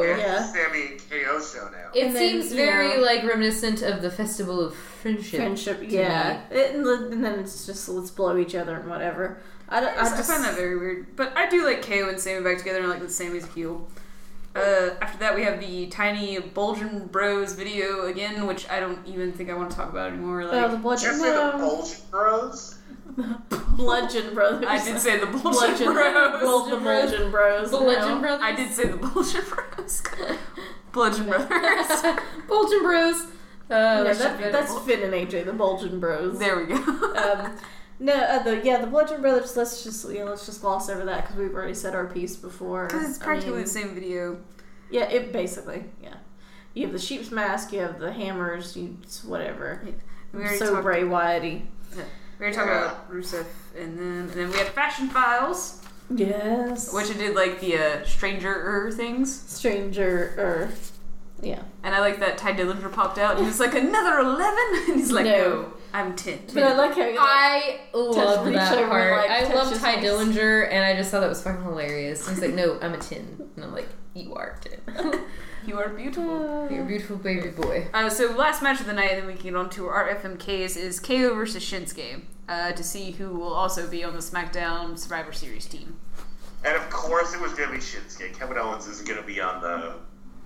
S4: It's
S2: Yeah.
S4: Sammy and KO show now.
S3: It
S2: And then,
S3: seems
S2: you
S3: very
S2: know-
S3: like reminiscent of the Festival of Friendship.
S2: Friendship, yeah. It, and then- and then it's just let's blow each other and whatever. I, don't,
S1: I, just,
S2: I just
S1: I find that very weird. But I do like KO and Sammy back together and I like that Sammy's a heel. Uh, after that, we have the Tiny Bulgin Bros video again, which I don't even think I want to talk about anymore.
S2: Oh, the
S1: Like,
S4: Did you
S2: bludgeon,
S4: say
S2: no.
S4: the Bulging Bros?
S2: bludgeon brothers.
S1: I did say the Bulgin
S2: bludgeon
S1: Bros.
S2: Well, the bludgeon bros.
S3: The Legend
S2: no.
S3: Brothers.
S1: I did say the Bulgin Bros. Bludgeon Brothers.
S3: Bolton Bros. Uh,
S2: No,
S3: that should
S2: that,
S3: be the
S2: that's Finn and AJ, the Bulgin Bros.
S1: there we go.
S2: Um, no, uh, the yeah, the Bludgeon Brothers. Let's just you know, let's just gloss over that because we've already said our piece before.
S1: Because it's
S2: I
S1: practically
S2: mean,
S1: the same video.
S2: yeah, it basically yeah. You have the sheep's mask. You have the hammers. You it's whatever.
S1: We already
S2: so
S1: talked-
S2: Bray Wyatty.
S1: We already talked about Rusev, and then and then we had Fashion Files,
S2: Yes.
S1: which it did like the uh, Stranger things.
S2: stranger or yeah.
S1: And I like that Ty Dillinger popped out and he was like, another 11? And he's like,
S2: No.
S1: no, I'm 10.
S2: But I like how you like,
S3: I loved
S2: reach
S3: that
S2: over,
S3: part.
S2: like,
S3: I
S2: touch
S3: loved
S2: his
S3: Ty
S2: face.
S3: Dillinger, and I just thought that was fucking hilarious. He's like, "No, I'm a ten," and I'm like, "You are a ten.
S1: you are beautiful.
S3: You're a beautiful baby boy."
S1: Uh, so last match of the night, and then we can get on to our FMKs, is KO versus Shinsuke uh, to see who will also be on the SmackDown Survivor Series team.
S4: And of course, it was gonna be Shinsuke. Kevin Owens isn't gonna be on the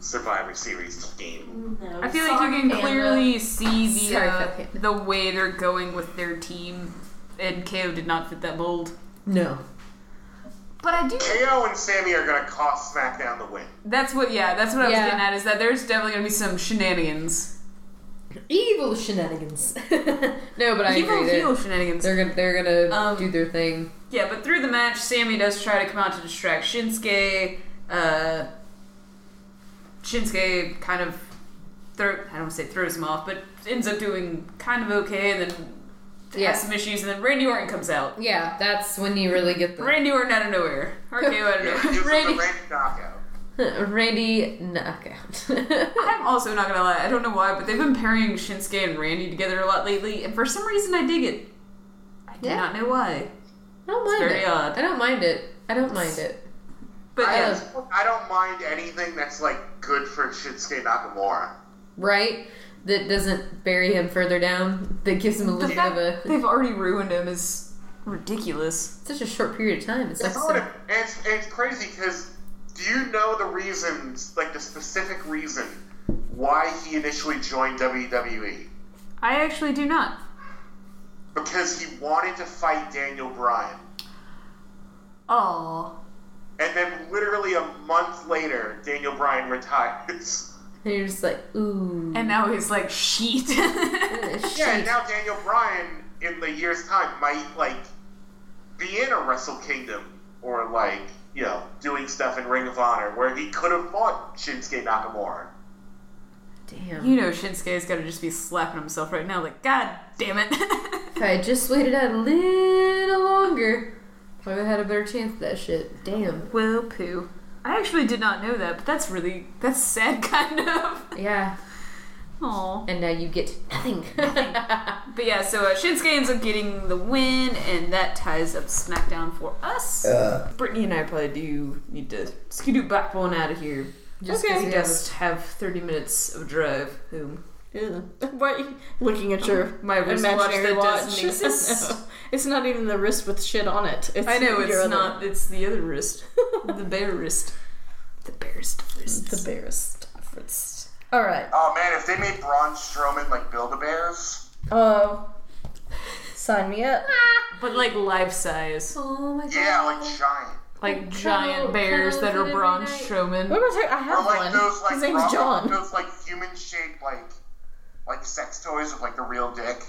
S4: Survivor Series game.
S2: no,
S1: I feel like you can
S3: Panda.
S1: clearly see the
S3: Sorry,
S1: uh,
S3: Fat Panda.
S1: the way they're going with their team, and KO did not fit that mold.
S3: No,
S1: But I do.
S4: KO and Sammy are gonna cost SmackDown the win.
S1: That's what. Yeah, that's what I was
S3: Yeah.
S1: getting at. Is that there's definitely gonna be some shenanigans.
S3: evil shenanigans. no, but I
S1: Evil
S3: agree. that
S1: heel shenanigans.
S3: They're gonna they're gonna
S1: Um,
S3: do their thing.
S1: Yeah, but through the match, Sammy does try to come out to distract Shinsuke. Uh, Shinsuke kind of throw, I don't want to say throws him off, but ends up doing kind of okay, and then
S3: Yeah.
S1: has some issues, and then Randy Orton comes out.
S3: Yeah, that's when you really get the
S1: Randy Orton out of nowhere. RKO out of
S4: Yeah, it
S1: nowhere.
S4: was
S3: Randy.
S4: the Randy knockout.
S3: Randy knockout.
S1: I'm also not gonna lie, I don't know why, but they've been pairing Shinsuke and Randy together a lot lately, and for some reason I dig it. I do
S3: Yeah.
S1: not know why.
S3: I don't mind
S1: very
S3: it.
S1: odd.
S3: I don't mind it. I don't mind it.
S1: But
S4: I,
S1: yeah,
S4: I don't mind anything that's like good for Shinsuke Nakamura.
S3: Right? That doesn't bury him further down. That gives him a
S1: the
S3: little bit
S1: fact
S3: of a
S1: they've already ruined him is ridiculous.
S3: such a short period of time. It's like
S4: It's,
S3: so,
S4: not a- it's, it's crazy because do you know the reasons, like the specific reason why he initially joined E? WWE?
S1: I actually do not.
S4: Because he wanted to fight Daniel Bryan.
S1: Oh.
S4: And then literally a month later, Daniel Bryan retires.
S3: and you're just like ooh.
S1: And now he's like, sheet.
S4: Yeah, and now Daniel Bryan, in the year's time, might like be in a Wrestle Kingdom or like, you know, doing stuff in Ring of Honor where he could have fought Shinsuke Nakamura.
S3: Damn.
S1: you know Shinsuke's gotta just be slapping himself right now, like, God damn it.
S3: if I had just waited out a little longer, probably had a better chance of that shit. Damn.
S1: Will poo. I actually did not know that, but that's really that's sad kind of.
S3: Yeah.
S1: Aw.
S3: And now you get nothing.
S1: But yeah, so uh, Shinsuke ends up getting the win, and that ties up SmackDown for us. Brittany and I probably do need to skidoo back one out of here.
S3: Just
S1: Okay.
S3: 'cause we have-
S1: Just have thirty minutes of drive home.
S2: Ew. Why are you looking at your
S1: My wristwatch
S2: imaginary
S1: that
S2: watch?
S1: doesn't exist.
S2: No. It's not even the wrist with shit on it. It's
S1: I know it's
S2: your other-
S1: not. It's the other wrist, the bare wrist, the barest wrist.
S2: the barest wrist. All right.
S4: Oh man, if they made Braun Strowman like Build a Bears,
S2: Oh, sign me up.
S1: But like life size,
S3: oh my god.
S4: yeah, like giant,
S1: like giant
S3: cuddle-
S1: bears
S3: cuddles
S1: that are
S3: it every
S1: Braun
S3: night.
S2: What
S1: Strowman.
S2: am I talking? I
S4: or
S2: have
S4: Oh, like
S2: one.
S4: those like
S2: His name's
S4: rock-
S2: John.
S4: those like human shaped like like sex toys with like the real dick.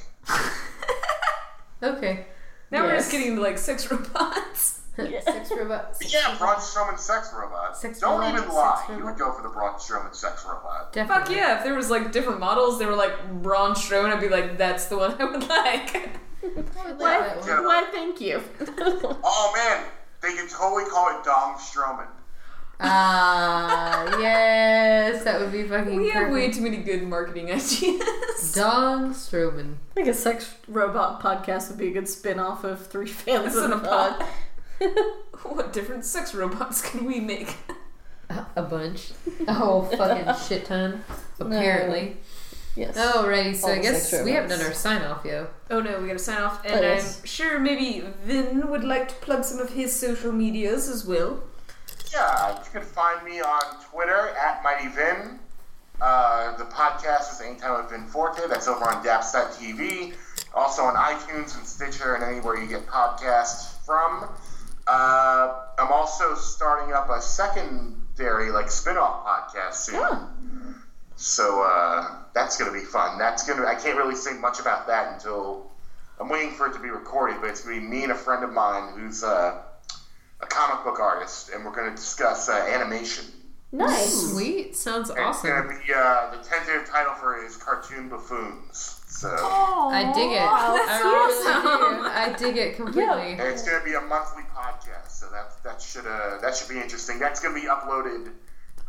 S3: Okay.
S1: Now we're
S2: Yes.
S1: just getting into like sex robots.
S3: Sex robot. sex
S4: Yeah,
S3: robot.
S4: Braun Strowman sex robot.
S3: Sex
S4: Don't
S3: robot,
S4: even
S3: sex
S4: lie.
S3: robot.
S4: You would go for the Braun Strowman sex
S1: Fuck
S4: robot.
S3: Definitely.
S1: yeah! If there was like different models, they were like Braun Strowman, I'd be like, that's the one I would like.
S3: I would like that
S2: Why,
S3: one.
S4: Yeah.
S2: why thank you.
S4: Oh man, they could totally call it Dom Strowman.
S3: Ah, yes, that would be fucking.
S1: we have
S3: perfect.
S1: way too many good marketing ideas.
S3: Dong Strowman.
S2: I think a sex robot podcast would be a good spin off of Three Fans
S1: Listen
S2: and a
S1: to
S2: Pod.
S1: what different sex robots can we make?
S3: A- A bunch. A whole fucking shit ton. Apparently.
S2: Yes.
S3: Alrighty, so
S7: All
S3: I
S7: the
S3: guess
S7: sex
S3: we haven't done
S7: robots.
S3: our sign off yet.
S1: Oh no, we gotta sign off,
S7: Oh,
S1: and
S7: yes.
S1: I'm sure maybe Vin would like to plug some of his social medias as well.
S4: Yeah, you can find me on Twitter at Mighty Vin. Uh, the podcast is Anytime with Vin Forte. That's over on Daps.tv. Also on iTunes and Stitcher and anywhere you get podcasts from. Uh, I'm also starting up a secondary, like, spin-off podcast soon. So uh, that's going to be fun. That's going to. I can't really say much about that until I'm waiting for it to be recorded. But it's going to be me and a friend of mine who's uh, a comic book artist, and we're going to discuss uh, animation.
S2: Nice.
S3: Sweet. Sounds
S4: And It's going
S3: awesome.
S4: to be uh, the tentative title for it is cartoon buffoons. So
S3: I dig it. I really do. I dig it completely.
S4: and it's going to be a monthly podcast. So that that should uh, that should be interesting. That's going to be uploaded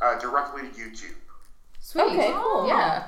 S4: uh, directly to YouTube.
S3: Sweet.
S7: Okay, cool.
S3: Yeah.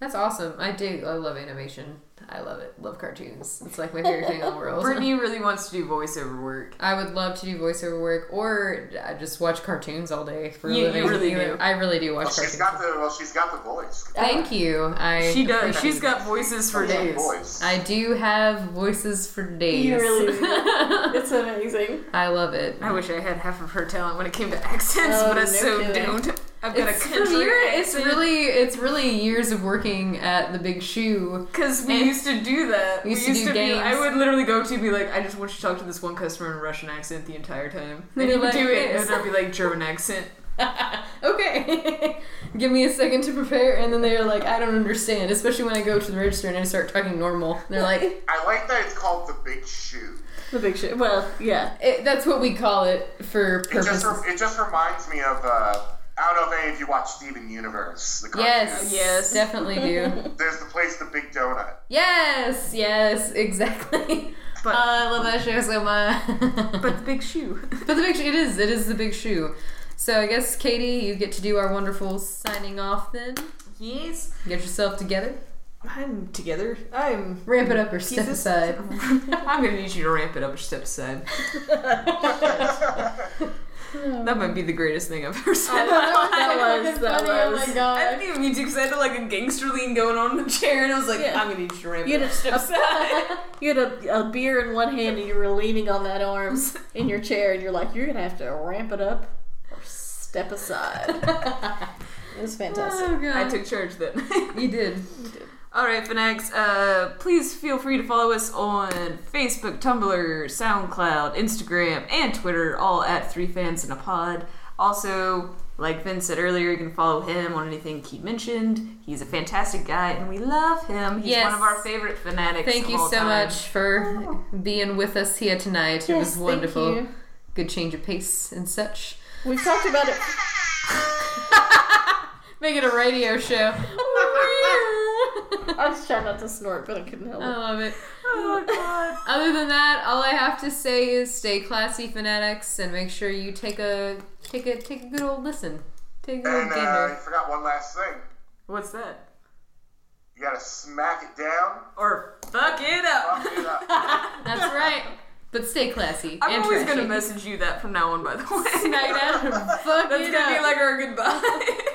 S3: That's awesome. I do. I love animation. I love it. Love cartoons. It's like my favorite thing in the world.
S1: Brittany really wants to do voiceover work.
S3: I would love to do voiceover work or I just watch cartoons all day for a
S1: You- you
S3: living.
S1: really do.
S3: I really do watch
S4: Well,
S3: cartoons.
S4: she's got the well, she's got the voice.
S3: Thank you. I
S1: She does.
S3: appreciate
S1: She's
S3: it.
S1: got voices for
S4: She's got the
S1: days.
S4: voice.
S3: I do have voices for days.
S2: You really do. It's amazing.
S3: I love it.
S1: I wish I had half of her talent when it came to accents,
S2: Oh,
S1: but I
S2: no
S1: so
S2: kidding.
S1: don't. I've got
S3: It's,
S1: a
S3: from
S1: country
S3: your- it's
S1: accent.
S3: really it's really years of working at the big shoe.
S1: Because we
S3: And-
S1: used to do that.
S3: We used to
S1: we used
S3: do
S1: to be- I
S3: games.
S1: would literally go to be like, I just want you to talk to this one customer in a Russian accent the entire time.
S3: They'd
S1: And you
S3: be
S1: would
S3: like
S1: do it,
S3: this.
S1: and I'd be like German accent.
S3: okay. Give me a second to prepare and then they're like, I don't understand, especially when I go to the register and I start talking normal. They're like,
S4: I like that it's called the Big Shoe.
S2: The big shit. Well, yeah.
S3: it, that's what we call it for
S4: It just,
S3: purposes.
S4: re- it just reminds me of, uh, I don't know if any of you watch Steven Universe, the cartoon.
S3: Yes,
S1: Yes.
S3: definitely do.
S4: There's the place, the Big Donut.
S3: yes, yes, exactly.
S1: But-
S3: I love that show so much.
S1: But the big shoe.
S3: But the big shoe, it is, it is the big shoe. So I guess Katie, you get to do our wonderful signing off then.
S1: yes.
S3: Get yourself together,
S1: I'm together. I'm.
S3: ramp it up or step
S1: Jesus.
S3: aside.
S1: I'm gonna need you to ramp it up or step aside. that might be the greatest thing I've ever
S3: Oh
S1: said.
S2: That was Oh that was.
S1: I didn't even mean to because I had like a gangster lean going on in the chair, and I was like,
S2: Yeah.
S1: I'm gonna need you to ramp
S2: You
S1: it up or
S2: just-
S1: step aside.
S2: You had a, a beer in one hand and you were leaning on that arm in your chair and you're like, you're gonna have to ramp it up or step aside. It was fantastic.
S3: Oh, God.
S1: I took charge that night.
S3: you did.
S1: All right, Fanax, uh, please feel free to follow us on Facebook, Tumblr, SoundCloud, Instagram, and Twitter, all at Three Fans in a Pod. Also, like Vin said earlier, you can follow him on anything he mentioned. He's a fantastic guy, and we love him. He's
S3: Yes.
S1: one of our favorite fanatics.
S3: Thank
S1: of
S3: you
S1: all
S3: so
S1: time. Oh.
S3: much for being with us here tonight. it was wonderful. Good change of pace and such.
S2: We've talked about it.
S3: Make it a radio show. I
S2: I was trying not to snort, but I couldn't help it.
S3: love it.
S1: Oh, God.
S3: Other than that, all I have to say is stay classy, fanatics, and make sure you take a take a take a good old listen. Take a good old
S4: And uh, I
S3: gander.
S4: forgot one last thing.
S1: What's that?
S4: You gotta smack it down,
S1: Or fuck it
S4: fuck
S1: up.
S4: it up.
S3: That's right. But stay classy.
S1: I'm
S3: and
S1: always
S3: trashy.
S1: gonna message you that from now on, by the way.
S3: Snyder. Fuck
S1: That's
S3: it
S1: gonna be
S3: up.
S1: like our goodbye.